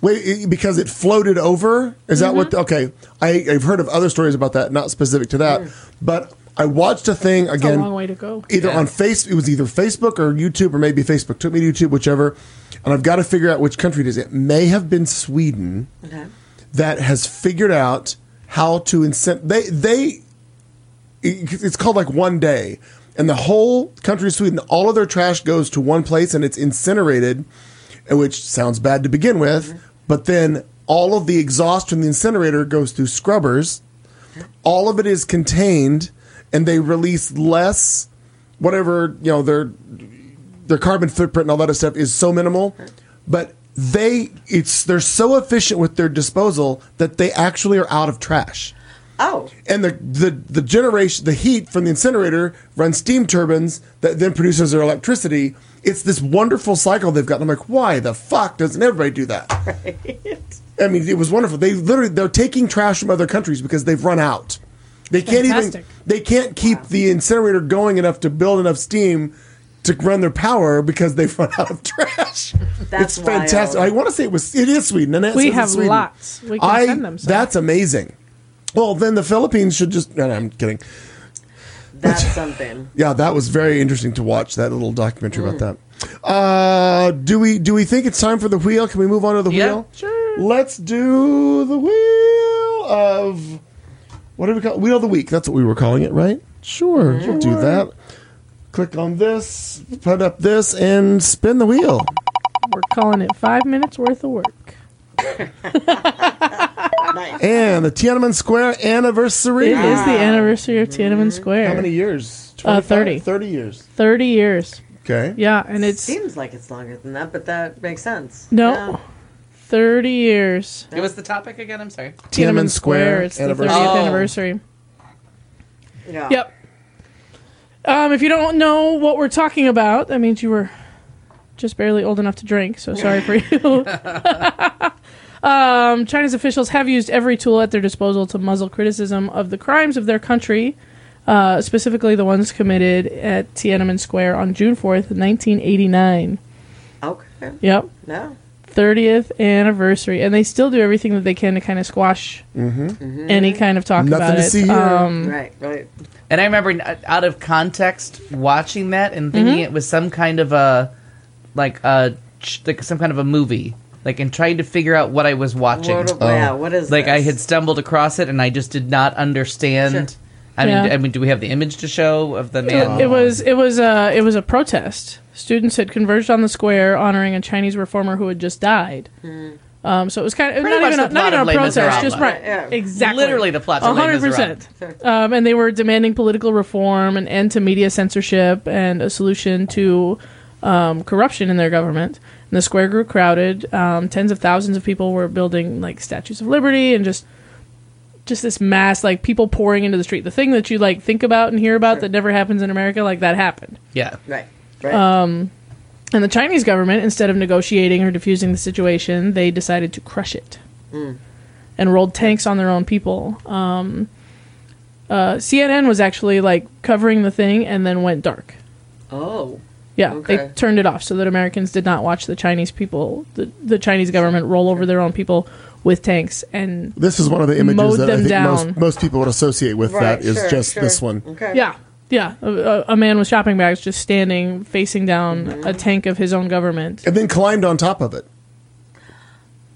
wait it- because it floated over. Is that Mm-hmm. what? Okay, I, I've heard of other stories about that, not specific to that, but I watched a thing It's Mm. a again. long way to go. Either Yeah. on face, it was either Facebook or YouTube, or maybe Facebook took me to YouTube, whichever. And I've got to figure out which country it is. It may have been Sweden Okay. that has figured out how to incent they they it- it's called like one day and the whole country of sweden all of their trash goes to one place and it's incinerated which sounds bad to begin with but then all of the exhaust from the incinerator goes through scrubbers all of it is contained and they release less whatever you know their their carbon footprint and all that other stuff is so minimal but they it's they're so efficient with their disposal that they actually are out of trash. Oh, And the, the, the generation, the heat from the incinerator runs steam turbines that then produces their electricity. It's this wonderful cycle they've got. And I'm like, why the fuck doesn't everybody do that? I mean, it was wonderful. They literally they're taking trash from other countries because they've run out. They can't Fantastic. even they can't keep the incinerator going enough to build enough steam to run their power because they've run out of trash. it's That's fantastic. wild. I want to say it was it is Sweden. Nanette We says it's have Sweden. lots. We can I, send them some. That's amazing. Well, then the Philippines should just. No, no, I'm kidding. that's something. Yeah, that was very interesting to watch that little documentary Mm. about that. Uh, do we do we think it's time for the wheel? Can we move on to the Yeah, wheel? sure. Let's do the wheel of what do we call wheel of the week? That's what we were calling it, right? Sure, we'll do that. Click on this, put up this, and spin the wheel. We're calling it five minutes worth of work. And the Tiananmen Square anniversary. It is the anniversary of Mm-hmm. Tiananmen Square. How many years? Uh, 25? 30. 30 years. Thirty years. Okay. Yeah, and it's Seems like it's longer than that, but that makes sense. No. Yeah. thirty years. It was the topic again. I'm sorry. Tiananmen Square It's the anniversary. thirtieth Oh. anniversary. Yeah. Yep. Um, if you don't know what we're talking about, that means you were just barely old enough to drink, so sorry for you. um, China's officials have used every tool at their disposal to muzzle criticism of the crimes of their country, uh, specifically the ones committed at Tiananmen Square on June 4th, 1989. Okay. Yep. No. 30th anniversary, and they still do everything that they can to kind of squash Mm-hmm. any kind of talk Mm-hmm. Nothing about to it. see here. Um, Mm-hmm. Right. Right. And I remember uh, out of context watching that and thinking Mm-hmm. it was some kind of a like a ch- like some kind of a movie. Like and trying to figure out what I was watching. What, yeah. What is "Oh." like I this? had stumbled across it and I just did not understand. Sure. I mean, Yeah. I mean, do we have the image to show of the It- man? It was it was a it was a protest. Students had converged on the square honoring a Chinese reformer who had just died. Mm-hmm. Um, so it was kind of Pretty not much even the a, plot not even of a Les protest, just Miserables. right, Yeah. exactly, Literally the plot to A Les hundred Miserables. percent. Um, and they were demanding political reform, an end to media censorship, and a solution to um, corruption in their government. And the square grew crowded. Um, tens of thousands of people were building like statues of liberty and just just this mass like people pouring into the street. The thing that you like think about and hear about that never happens in America, like that happened. yeah. Right. Right. Uh, And the Chinese government, instead of negotiating or diffusing the situation, they decided to crush it and rolled tanks on their own people. Um, uh, CNN was actually like covering the thing and then went dark. oh. Yeah, Okay. they turned it off so that Americans did not watch the Chinese people, the, the Chinese government roll over their own people with tanks. And This is one of the images Mowed that I them think down. most, most people would associate with Right, that is sure, just sure. this one. Okay. yeah, yeah, a, a- a man with shopping bags just standing facing down a tank of his own government. And then climbed on top of it.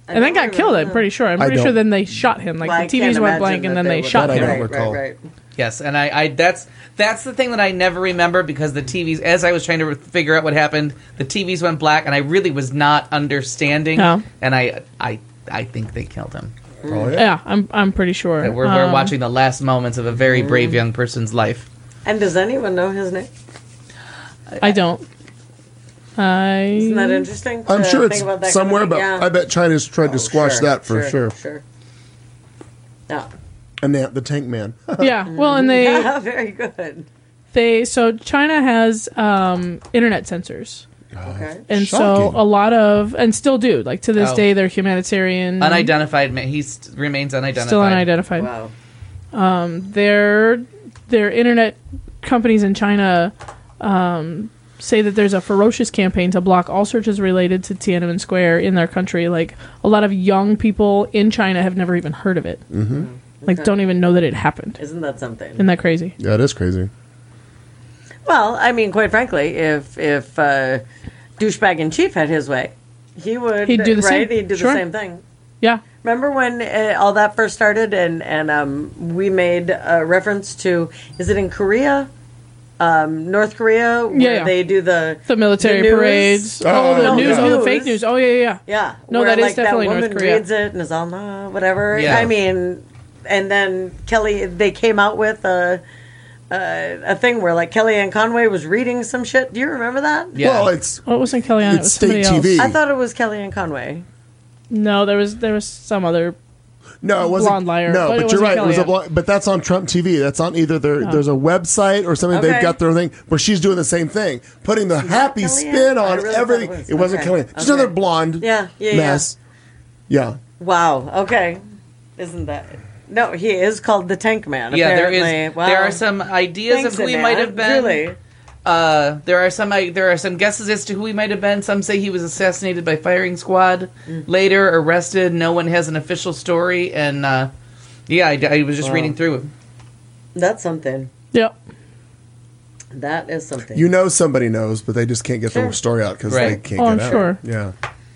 and then don't got killed. I'm pretty sure. I'm I pretty sure. don't- Then they shot him. Like Well, the I TVs can't went imagine blank, and that then they would- shot That I him. don't Right, recall. Right. Yes, and I, I that's that's the thing that I never remember because the TVs. As I was trying to re- figure out what happened, the TVs went black, and I really was not understanding. Oh. And I I I think they killed him. Mm. Oh, yeah. Yeah, I'm. I'm pretty sure. We're, we're Uh-huh. Um, watching the last moments of a very Mm. brave young person's life. And does anyone know his name? I don't. I. Isn't that interesting? I'm to sure think it's about that somewhere, kind of but thing? Yeah. Oh, I bet China's tried to squash that for sure. Sure. Yeah. And that, the Tank Man. yeah. Well, and they Yeah, very good. they so China has um, internet censors, Okay. and Shocking. so a lot of and still do like to this Oh. day they're humanitarian. Unidentified man. He st- remains unidentified. Still unidentified. Wow. their their internet companies in China um, say that there's a ferocious campaign to block all searches related to Tiananmen Square in their country. Like a lot of young people in China have never even heard of it. Mm-hmm. Like don't even know that it happened. Isn't that something? Isn't that crazy? yeah, it is crazy. Well, I mean, quite frankly, if if uh, douchebag in chief had his way, he would. He'd do the right? same. He'd do Sure. the same thing. Yeah. Remember when uh, all that first started, and and um, we made a reference to is it in Korea, um, North Korea, where Yeah, yeah. they do the The military the news? parades. Oh, Oh, the no, news, yeah. oh, the fake news. Oh yeah, yeah. yeah. Yeah. No, where, that is like, definitely that North woman Korea. reads it and is all, "Nah," whatever. Yeah. I mean, and then Kelly, they came out with a a thing where like Kellyanne Conway was reading some shit. Do you remember that? Yeah. Well, it's What wasn't Kellyanne? it was It's somebody state TV. Else. I thought it was Kellyanne Conway. No, there was there was some other. no, it wasn't. Blonde liar, but No, but, it you're wasn't Oh. right. It was a Kellyanne. blonde, but that's on Trump TV. That's on either their, there's a website or something. Okay. They've got their thing where she's doing the same thing, putting the happy Kellyanne? spin I on really thought everything. it was. It, was. not Okay. Kellyanne. Just Okay. another blonde. Yeah, yeah, yeah. mess. Yeah. Wow. Okay. Isn't that? No, he is called the Tank Man. yeah, there apparently. is. Wow. There are some ideas Thanks, of who he Annette. might have been. Really? Uh, there are some I, there are some guesses as to who he might have been. Some say he was assassinated by firing squad, Mm. later arrested. No one has an official story, and uh, yeah, I, I was just reading through it. That's something. Yep. That is something. You know somebody knows, but they just can't get Sure. their story out because Right. they can't Oh, get I'm out. sure. Yeah.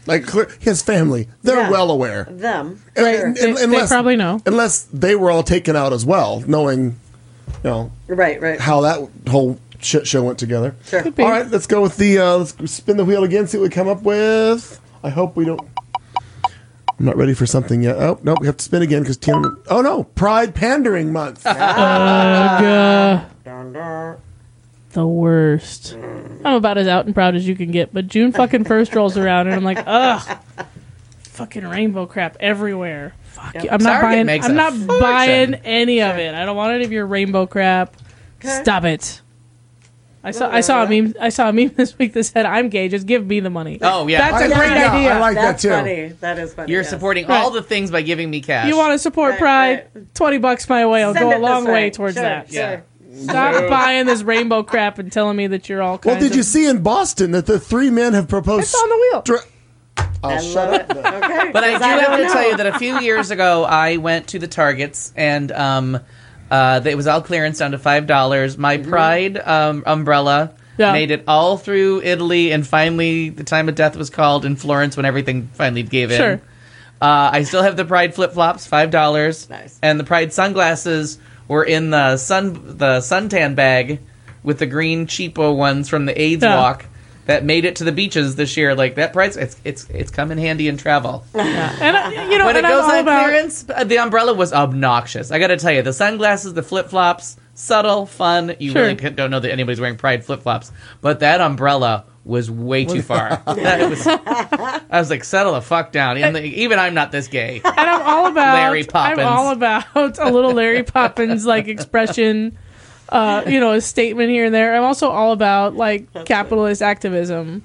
Like clear, his family, they're Yeah. well aware. them. Right. Sure. They- they probably know. Unless they were all taken out as well, knowing, you know, Right. Right. how that whole shit show went together. Sure. Could be. All right, let's go with the uh, let's spin the wheel again. See what we come up with. I hope we don't. I'm not ready for something yet. Oh no, we have to spin again because Tim. Oh no, Pride Pandering Month. The worst. I'm about as out and proud as you can get, but June fucking first rolls around and I'm like, ugh, fucking rainbow crap everywhere. Fuck you. I'm not Target buying. makes I'm a not fortune. buying any of it. I don't want any of your rainbow crap. Stop it. I saw. I saw a meme. I saw a meme this week that said, "I'm gay. Just give me the money." Oh, yeah. that's a I great like- yeah, idea. I like That's that too. funny. That is funny. You're yes. supporting all the things by giving me cash. You want to support Right, Pride? Twenty bucks my way. I'll Send go it a long this way towards Sure, that. sure. Yeah. Stop buying this rainbow crap and telling me that you're all. Well, kinds did you of- see in Boston that the three men have proposed? It's on the wheel. stra- I I'll shut love up. it. Okay. But I do I have don't to know. tell you that a few years ago, I went to the Targets and um, uh, it was all clearance down to five dollars. My Mm-hmm. Pride um, umbrella Yeah. made it all through Italy, and finally, the time of death was called in Florence when everything finally gave in. Sure. Uh, I still have the Pride flip flops, five dollars, Nice. and the Pride sunglasses were in the sun the suntan bag with the green cheapo ones from the AIDS Yeah. walk. That made it to the beaches this year. Like that price, it's it's it's come in handy in travel And I, you know, when it and I'm goes all on about- clearance, uh, the umbrella was obnoxious. I got to tell you, the sunglasses, the flip flops, subtle, fun. You Sure. really c- don't know that anybody's wearing Pride flip flops, but that umbrella was way too far. that was, I was like, settle the fuck down. And the- even I'm not this gay. and I'm all about Larry Poppins. I'm all about a little Larry Poppins like expression, uh, you know, a statement here and there. I'm also all about like capitalist activism,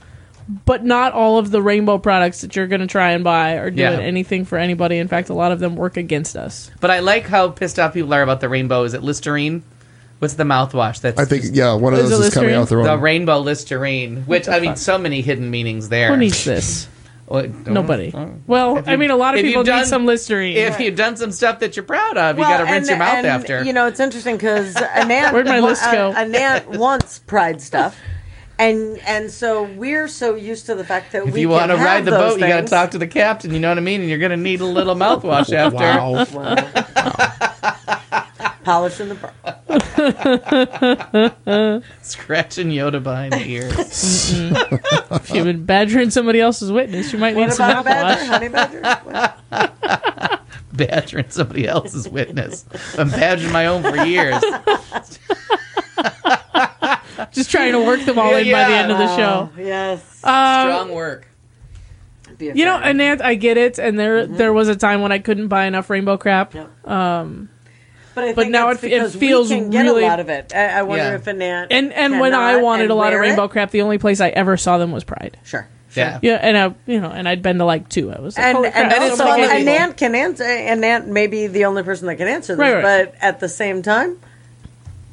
but not all of the rainbow products that you're going to try and buy are doing Yeah. anything for anybody. In fact, a lot of them work against us. But I like how pissed off people are about the rainbow. Is it Listerine? What's the mouthwash? That's I think yeah, one of Is those it is coming Listerine? out the the wrong. rainbow Listerine. Which I mean, fuck? so many hidden meanings there. Who needs this? Well, Nobody. Well, I mean, a lot of if people you've done- need some Listerine. If you've done some stuff that you're proud of, you got to rinse your and- mouth and, after. You know, it's interesting because Anant, Where'd my list go? Uh, Anant wants pride stuff, and and so we're so used to the fact that If we you want to ride the boat, you got to things. talk to the captain. You know what I mean? And you're going to need a little mouthwash after. Wow. Polish in the bar. Scratching Yoda behind the ears. if you've been badgering somebody else's witness, you might need What some about a badger? mouthwash. Honey badger? What? badgering somebody else's witness. I'm badgering my own for years. Just trying to work them all in by the Yeah. end of the show. Oh, yes. Um, Strong work. Be a You know, fan. Anant, I get it, and there there was a time when I couldn't buy enough rainbow crap. Mm-hmm. Um, Yep. but, I think but now it's it- it because feels we can get really- a lot of it. I, I wonder Yeah. if Anant And and when I cannot wanted and a lot of wear rainbow it. crap, the only place I ever saw them was Pride. sure. Yeah. Yeah, and I you know, and I'd been to like two. I was like, and holy and, crap, and so also many people. Anant can answer. Anant may be the only person that can answer this, Right, right. but at the same time,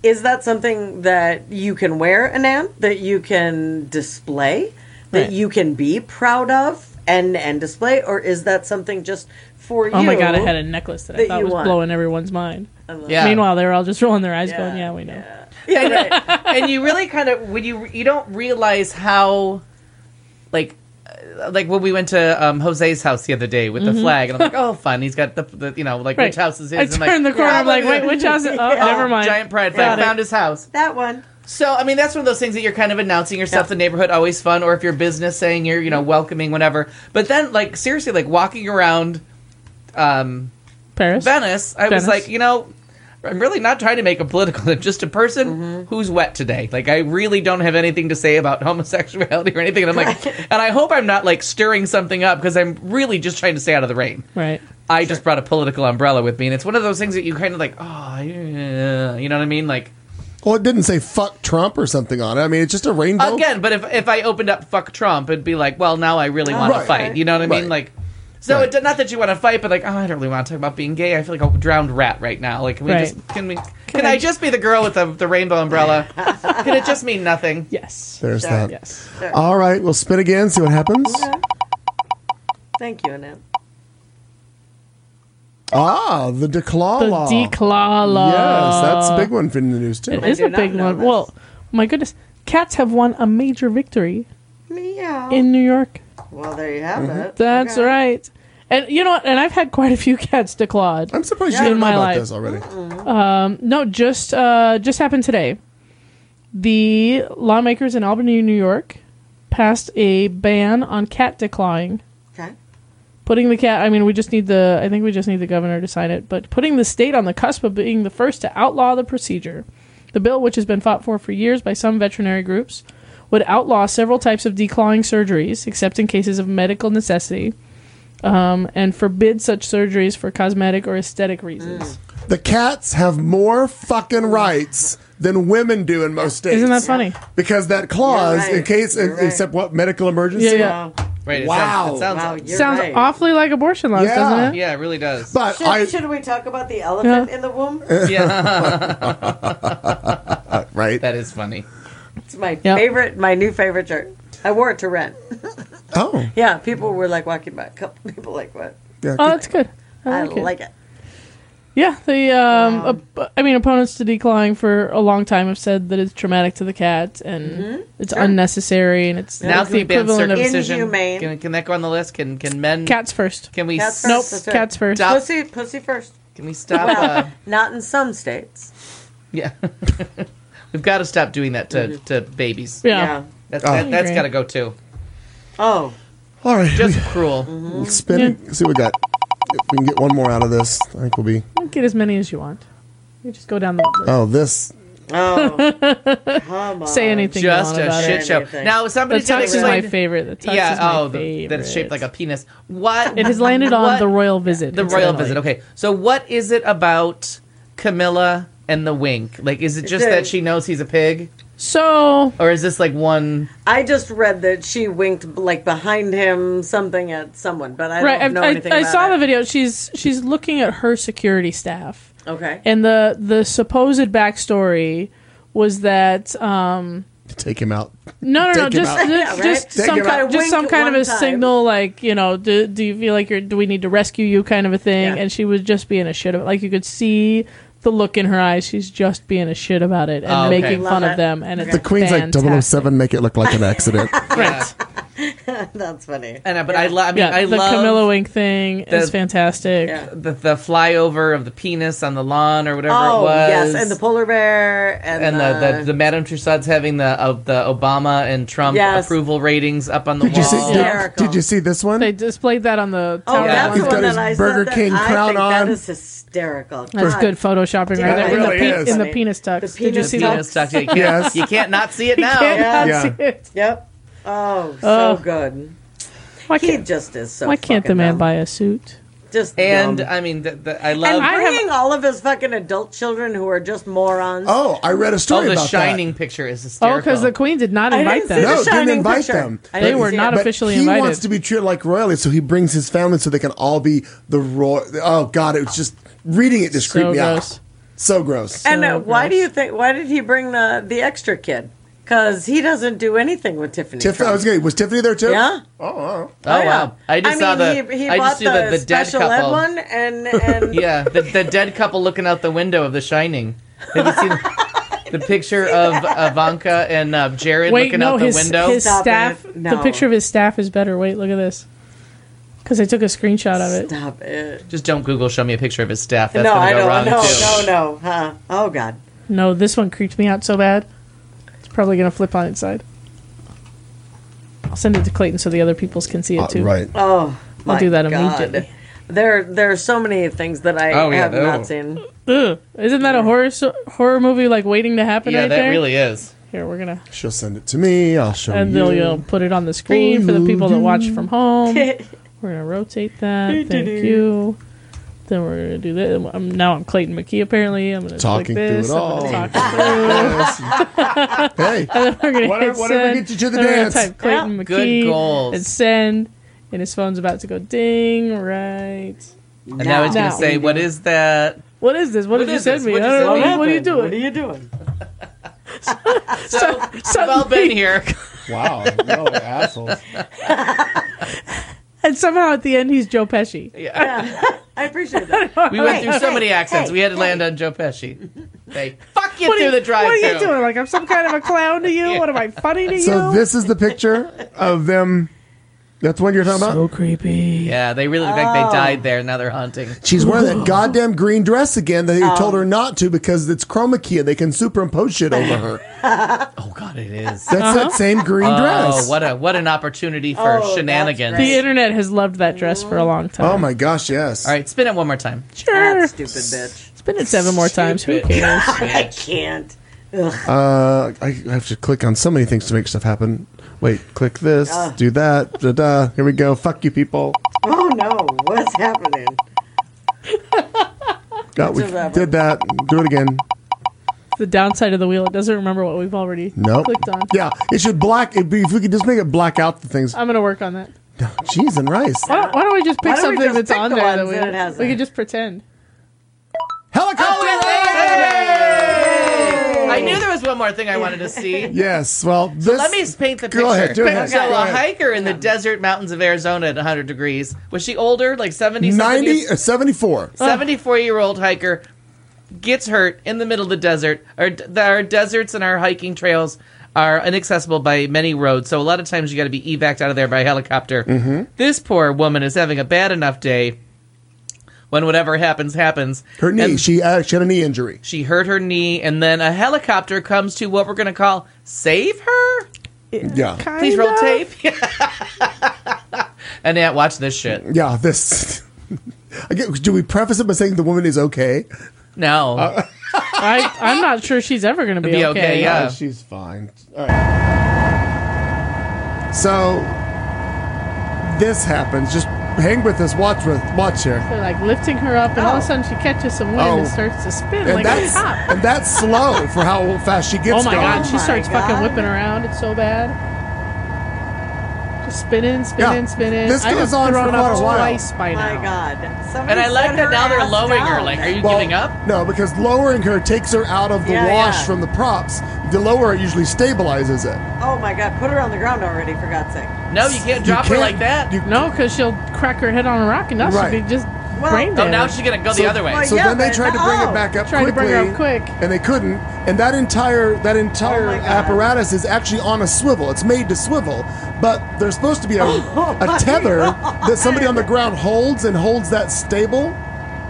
is that something that you can wear, Anant? That you can display, that Right. you can be proud of and and display, or is that something just for you? Oh my god, I had a necklace that, I that thought you was want. blowing everyone's mind. Yeah. Meanwhile, they were all just rolling their eyes, Yeah, going, "Yeah, we know." Yeah, right. and you really kind of when you you don't realize how like uh, like when we went to um, Jose's house the other day with the flag, and I'm like, oh, fun. He's got the, the you know like Right. which house is his? I and I'm turned like, the corner. Yeah, I'm like, "Wait, which house?" Is- oh, never mind. Giant pride Got flag it. found his house. that one. So, I mean, that's one of those things that you're kind of announcing yourself, the neighborhood always fun, or if you're business saying you're, you know, welcoming, whatever. But then, like, seriously, like walking around um, Paris. Venice, I was Venice. like, you know, I'm really not trying to make a political. I'm just a person who's wet today. Like I really don't have anything to say about homosexuality or anything. And I'm like, and I hope I'm not like stirring something up because I'm really just trying to stay out of the rain. Right. I just brought a political umbrella with me, and it's one of those things that you kind of like, oh, yeah," you know what I mean? Like Well, it didn't say fuck Trump or something on it. I mean, it's just a rainbow. again, but if if I opened up fuck Trump, it'd be like, well, now I really want Right. to fight. You know what I mean? Right. Like, so Right. it, not that you want to fight, but like, oh, I don't really want to talk about being gay. I feel like a drowned rat right now. Like, can we Right. just can we can, I, just be the girl with the the rainbow umbrella? can it just mean nothing? Yes. There's that. Yes. All right, we'll spin again, see what happens. Thank you, Annette. Ah, the declaw The law. declaw Yes, law. that's a big one for in the news too. It is do a not big know one. this. Well, my goodness, cats have won a major victory Meow. in New York. well, there you have it. That's Okay. right. And you know what? And I've had quite a few cats declawed. I'm surprised Yeah. you In didn't know my about life. this already. No, just uh, just happened today. The lawmakers in Albany, New York, passed a ban on cat declawing. Okay. Putting the cat. I mean, we just need the. I think we just need the governor to sign it. But putting the state on the cusp of being the first to outlaw the procedure, the bill, which has been fought for for years by some veterinary groups, would outlaw several types of declawing surgeries, except in cases of medical necessity, um, and forbid such surgeries for cosmetic or aesthetic reasons. The cats have more fucking rights than women do in most states. Isn't that funny? Because that clause, You're right. in case, You're right. except what medical emergency. Yeah, yeah. Wow. Right. It Wow. Sounds, it sounds, Wow, you're Sounds right. awfully like abortion laws, Yeah. doesn't it? Yeah, it really does. But Should, I should we talk about the elephant in the womb? yeah, right. that is funny. It's my Yeah. favorite, my new favorite shirt. I wore it to rent. Oh, Yeah, people were like walking by. A couple people like what? yeah. Oh, that's good. I I like it. like it. Yeah, the um, op- I mean, opponents to declawing for a long time have said that it's traumatic to the cat and Mm-hmm. it's unnecessary and it's now it's can the we ban equivalent of circumcision? Inhumane. Can, can that go on the list? Can can men? cats first. Can we? Cats s- Nope, first, that's right. cats first. Stop. Pussy, pussy first. Can we stop? Well, Uh, not in some states. yeah. We've got to stop doing that to, to babies. Yeah. That's, Oh. that, that's Agree. got to go too. Oh, All right, Just cruel. Mm-hmm. we spin. it, See what we got. If we can get one more out of this, I think we'll be. Get as many as you want. You just go down the list. Oh, this. oh, come on. Say anything you Just want a about shit it. show. Anything. Now somebody The tell tux is my explain. favorite. The tux yeah. is my oh, the, favorite. that's shaped like a penis. What? It has landed on what- the royal visit. the royal incidentally. visit. Okay. So what is it about Camilla and the wink? Like, is it just Dude. that she knows he's a pig, So or is this like one? I just read that she winked like behind him, something at someone, but I right, don't know I, anything. I, I about saw the it. video. She's she's looking at her security staff. Okay. And the the supposed backstory was that um Take him out. no no no Take him just out. Yeah, just, right? just Take some him kind out. of just Wink some at kind of one a time. signal like you know do, do you feel like you're do we need to rescue you kind of a thing Yeah. and she was just being a shit about like you could see the look in her eyes she's just being a shit about it and Oh, okay. making Love fun it. of them and it's The queen's like fantastic. 007, make it look like an accident. Right. That's funny. And I- but I, lo- I mean, yeah I the love Camilla Wink thing is the- fantastic Yeah. the, the flyover of the penis on the lawn or whatever it Oh was. yes, and the polar bear and, and the, the, the uh, Madame Tussaud's having the uh, the Obama and Trump Yes. approval ratings up on the Did you wall. see? Did, Hysterical. did you see this one? they displayed that on the oh, tower Yeah. that's He's the got one his that I Burger said King that I crown think on. That is hysterical. That's God. good photoshopping right Yeah, there in really the is. pe- in the penis tux. The Did you penis see that? Penis tucked in. You can't, Yes. you can't not see it now. Can't not Yeah. see it. Yep. Oh, so Ugh. good. Why He can't, just is so. why can't the fucking man dumb. buy a suit? Just And dumb. I mean, the, the, I and love I have- bringing all of his fucking adult children who are just morons. Oh, I read a oh, story the about Shining that. picture is hysterical. Oh, because the queen did not I invite didn't see them. the No, didn't Shining invite picture. them. I They didn't were see not it. But officially he invited. wants to be treated like royalty, so he brings his family so they can all be the royal. Oh God, it was just reading it just So creeped me gross. out. So gross. And So uh, why do gross. you think? Why did he bring the the extra kid? Because he doesn't do anything with Tiffany. Tiff- Trump. I was gonna, was Tiffany there too? Yeah. Oh, oh. oh, wow! I just saw mean, the He, he I bought just saw the, the dead special ed couple. one, and and Yeah, the, the dead couple looking out the window of The Shining. Have you seen the, the picture of Ivanka and uh, Jared Wait, looking no, out the his, window? his Stop staff. it. The No. picture of his staff is better. Wait, look at this. Because I took a screenshot of it. stop it. Just don't Google show me a picture of his staff. That's no, gonna I go don't. wrong no, too. no, no, Huh? Oh God. No, this one creeped me out so bad. It's probably gonna flip on its side. I'll send it to Clayton so the other peoples can see Uh, it too. right. Oh, I'll my do that God. immediately. There, there are so many things that I Oh, yeah, have though. not seen. Ugh. Isn't that a horror so- horror movie like waiting to happen? yeah, right that there? really is. Here we're gonna She'll send it to me. I'll show and you. they'll you'll put it on the screen for the people that watch from home. we're gonna rotate that. Thank you. Then we're gonna do this. I'm, now I'm Clayton McKee. Apparently, I'm gonna click Talking this. through it all. I'm gonna talk it through. hey, We're gonna Whatever- hit whatever send. gets you to the Then we're gonna dance. Type Clayton Good McKee goals. and send. And his phone's about to go ding. Right. And now he's gonna Now. say, "What is that?" What is this? What, did you is send this? me? What I is don't this? know. Oh, What are you doing? What are you doing? So we've all suddenly- been here. Wow, no assholes. and somehow at the end he's Joe Pesci. I appreciate that. We went Hey, through so hey, many accents. hey, we had to land on Joe Pesci. They fuck you What are through you- the drive What are you through. doing? Like I'm some kind of a clown to you? What am I funny to so you? this is the picture of them. That's what you're talking about. so creepy. Yeah, they really think they died there. Now they're hunting. She's wearing that goddamn green dress again that you told her not to because it's chroma key and they can superimpose shit over her. Oh God, it is. That's that same green dress. Oh, what a what an opportunity for Oh, that's shenanigans. right. The internet has loved that dress for a long time. Oh my gosh, yes. All right, spin it one more time. Oh. sure. That stupid bitch. Spin it seven more times. Who cares? I can't. Uh, I I have to click on so many things to make stuff happen. Wait, click this, do that, da da. Here we go. Fuck you, people. Oh no, what's happening? Got we Whatever. did that. Do it again. the downside of the wheel. It doesn't remember what we've already Nope. clicked on. Yeah, it should black. It'd be, if we could just make it black out the things. I'm gonna work on that. Cheese and rice. Why don't, why don't we just pick Why don't we something just that's pick on the there that ones we, that it has we in could it? just pretend? Helicopter. I knew there was one more thing I wanted to see. Yes. Well, this. Let me paint the picture. Go ahead, do it. So Go a ahead. hiker in the desert mountains of Arizona at 100 degrees. Was she older, like 70, 90 uh, 74. 74 year old hiker gets hurt in the middle of the desert. Our, the- our deserts and our hiking trails are inaccessible by many roads, so a lot of times you got to be evac'd out of there by helicopter. Mm-hmm. This poor woman is having a bad enough day when whatever happens happens. Her knee. And she uh, she had a knee injury. she hurt her knee, and then a helicopter comes to what we're going to call save her. Yeah. Please Kind roll of. tape. Annette, watch this shit. Yeah. This. I get, do we preface it by saying the woman is okay? No. I, I'm not sure she's ever gonna be, Be okay, okay. yeah. Uh, she's fine. All right. So this happens. Just hang with us. Watch with. Watch here. They're like lifting her up, and Oh. all of a sudden she catches some wind Oh. and starts to spin And like a that's top. and that's slow for how fast she gets. Oh my going. god, she my starts fucking God. whipping around. It's so bad. Just spinning, spinning, Yeah. spinning. This I have goes on for thrown quite up a while. Twice by Oh My now. God. and I like that now they're lowering her. Like, are you Well, giving up? No, because lowering her takes her out of the Yeah, wash yeah. from the props. The lower it usually stabilizes it. Oh my God! Put her on the ground already, for God's sake. No, Oh, you can't drop her can't- like that. you- No, because she'll crack her head on a rock, and that Right. should be just Well- brain oh, damage. now she's gonna go the other way. Well, So yeah, then they but- tried to bring oh. it back up Tried to quickly, bring her up quick. and they couldn't. And that entire that entire Oh my God. apparatus is actually on a swivel. It's made to swivel, but there's supposed to be a, a Oh my tether that somebody on the ground holds and holds that stable.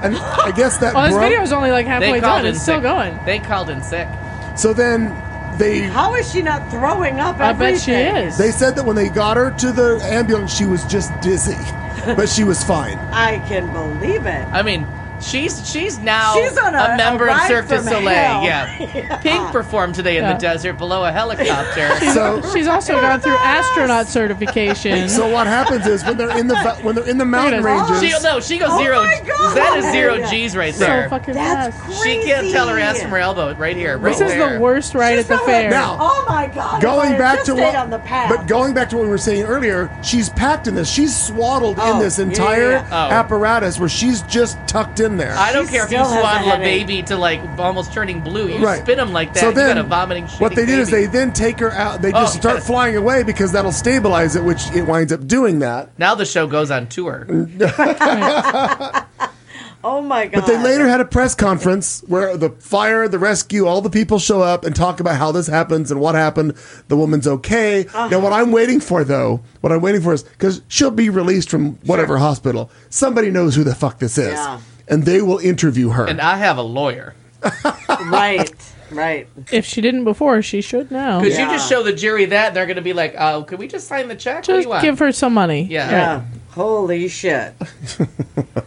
And I guess that Well, this broke. video is only like halfway done. It's still sick. going. They called in sick. so then they How is she not throwing up? I bet she everything? is. they said that when they got her to the ambulance, she was just dizzy, but she was fine. I can believe it. I mean, she's she's now She's on a- member a of ride Cirque du from Soleil. hell. Yeah. Pink performed today in Yeah. the desert below a helicopter. So She's also gone through astronaut certification. So what happens is when they're in the va- when they're in the mountain Look at ranges, us. she no, she goes Oh zero. my God. That is zero G's right so there. fucking That's fast. crazy. she can't tell her ass from her elbow right here. Right This is there. the worst ride She's at the throwing- fair. Now- Oh my God! if I going had back just to stayed what on the path. but going back to what we were saying earlier, she's packed in this. She's swaddled in Oh, this yeah, yeah, entire yeah. Oh. apparatus where she's just tucked in there. I don't She care if you still has a swaddle a headache. baby to like almost turning blue. You Right. spin them like that. so you then, got a vomiting. what shitting they did is baby. they then take her out. They just Oh, start yes. flying away because that'll stabilize it, which it winds up doing that. now the show goes on tour. oh my God! But they later had a press conference where the fire, the rescue, all the people show up and talk about how this happens and what happened. The woman's okay. Now, what I'm waiting for, though, what I'm waiting for is because she'll be released from whatever hospital. Somebody knows who the fuck this is, Yeah. and they will interview her. And I have a lawyer. right, right. If she didn't before, she should now. Because you just show the jury that, they're going to be like, oh, could we just sign the check? What do you Just want? give her some money. yeah. Yeah. Holy shit.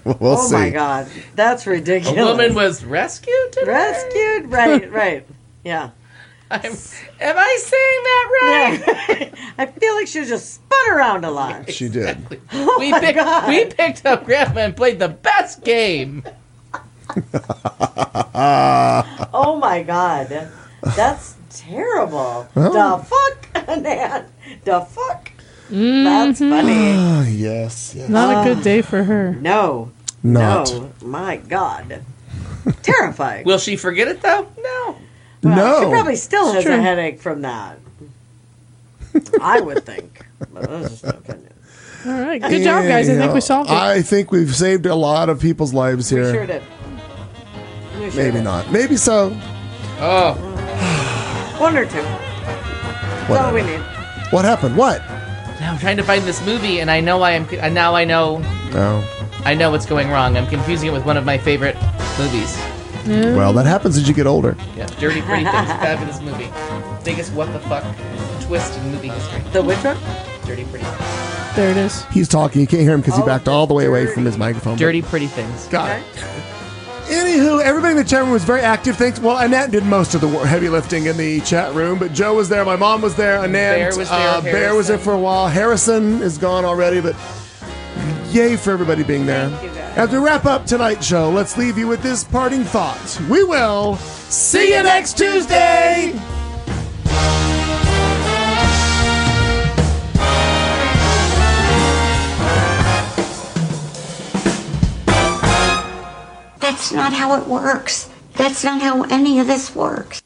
We'll oh see. my god. That's A ridiculous. woman was rescued. today? rescued? Right, right. Yeah. I'm, am I saying that right? Yeah. I feel like she was just spun around a lot. She did. we picked we picked up Grandma and played the best game. Oh my god. That's terrible. The fuck, Nan. The fuck. That's Mm-hmm. funny. Ah, yes, yes. Not Um, a good day for her. No. Not. No. My god. Terrifying. Will she forget it though? No. Well, She no. probably still has true. a headache from that. I would think. But that's just an opinion. All right. Good job, guys. I think Anyhow, we solved it. I think we've saved a lot of people's lives We here. sure did. We sure Maybe did. not. Maybe so. Oh, One or two. That's all we need. What happened? What? now I'm trying to find this movie, and I know I am. and Now I know Oh. I know what's going wrong. I'm confusing it with one of my favorite movies. Well, that happens as you get older. Yeah, Dirty Pretty Things, fabulous movie, biggest what the fuck twist in movie history. The which one? Dirty Pretty, Things. There it is. He's talking. You can't hear him because he Oh, backed all the way away from his microphone. Dirty Pretty Things. Got Okay. it. Anywho, everybody in the chat room was very active. Thanks. Well, Annette did most of the wor- heavy lifting in the chat room, but Joe was there. My mom was there. Annette. Bear was there, Uh, Bear was there Harrison. for a while. Harrison is gone already, but yay for everybody being there. Thank you, guys. As we wrap up tonight's show, let's leave you with this parting thought. We will see you next Tuesday. That's not how it works. That's not how any of this works.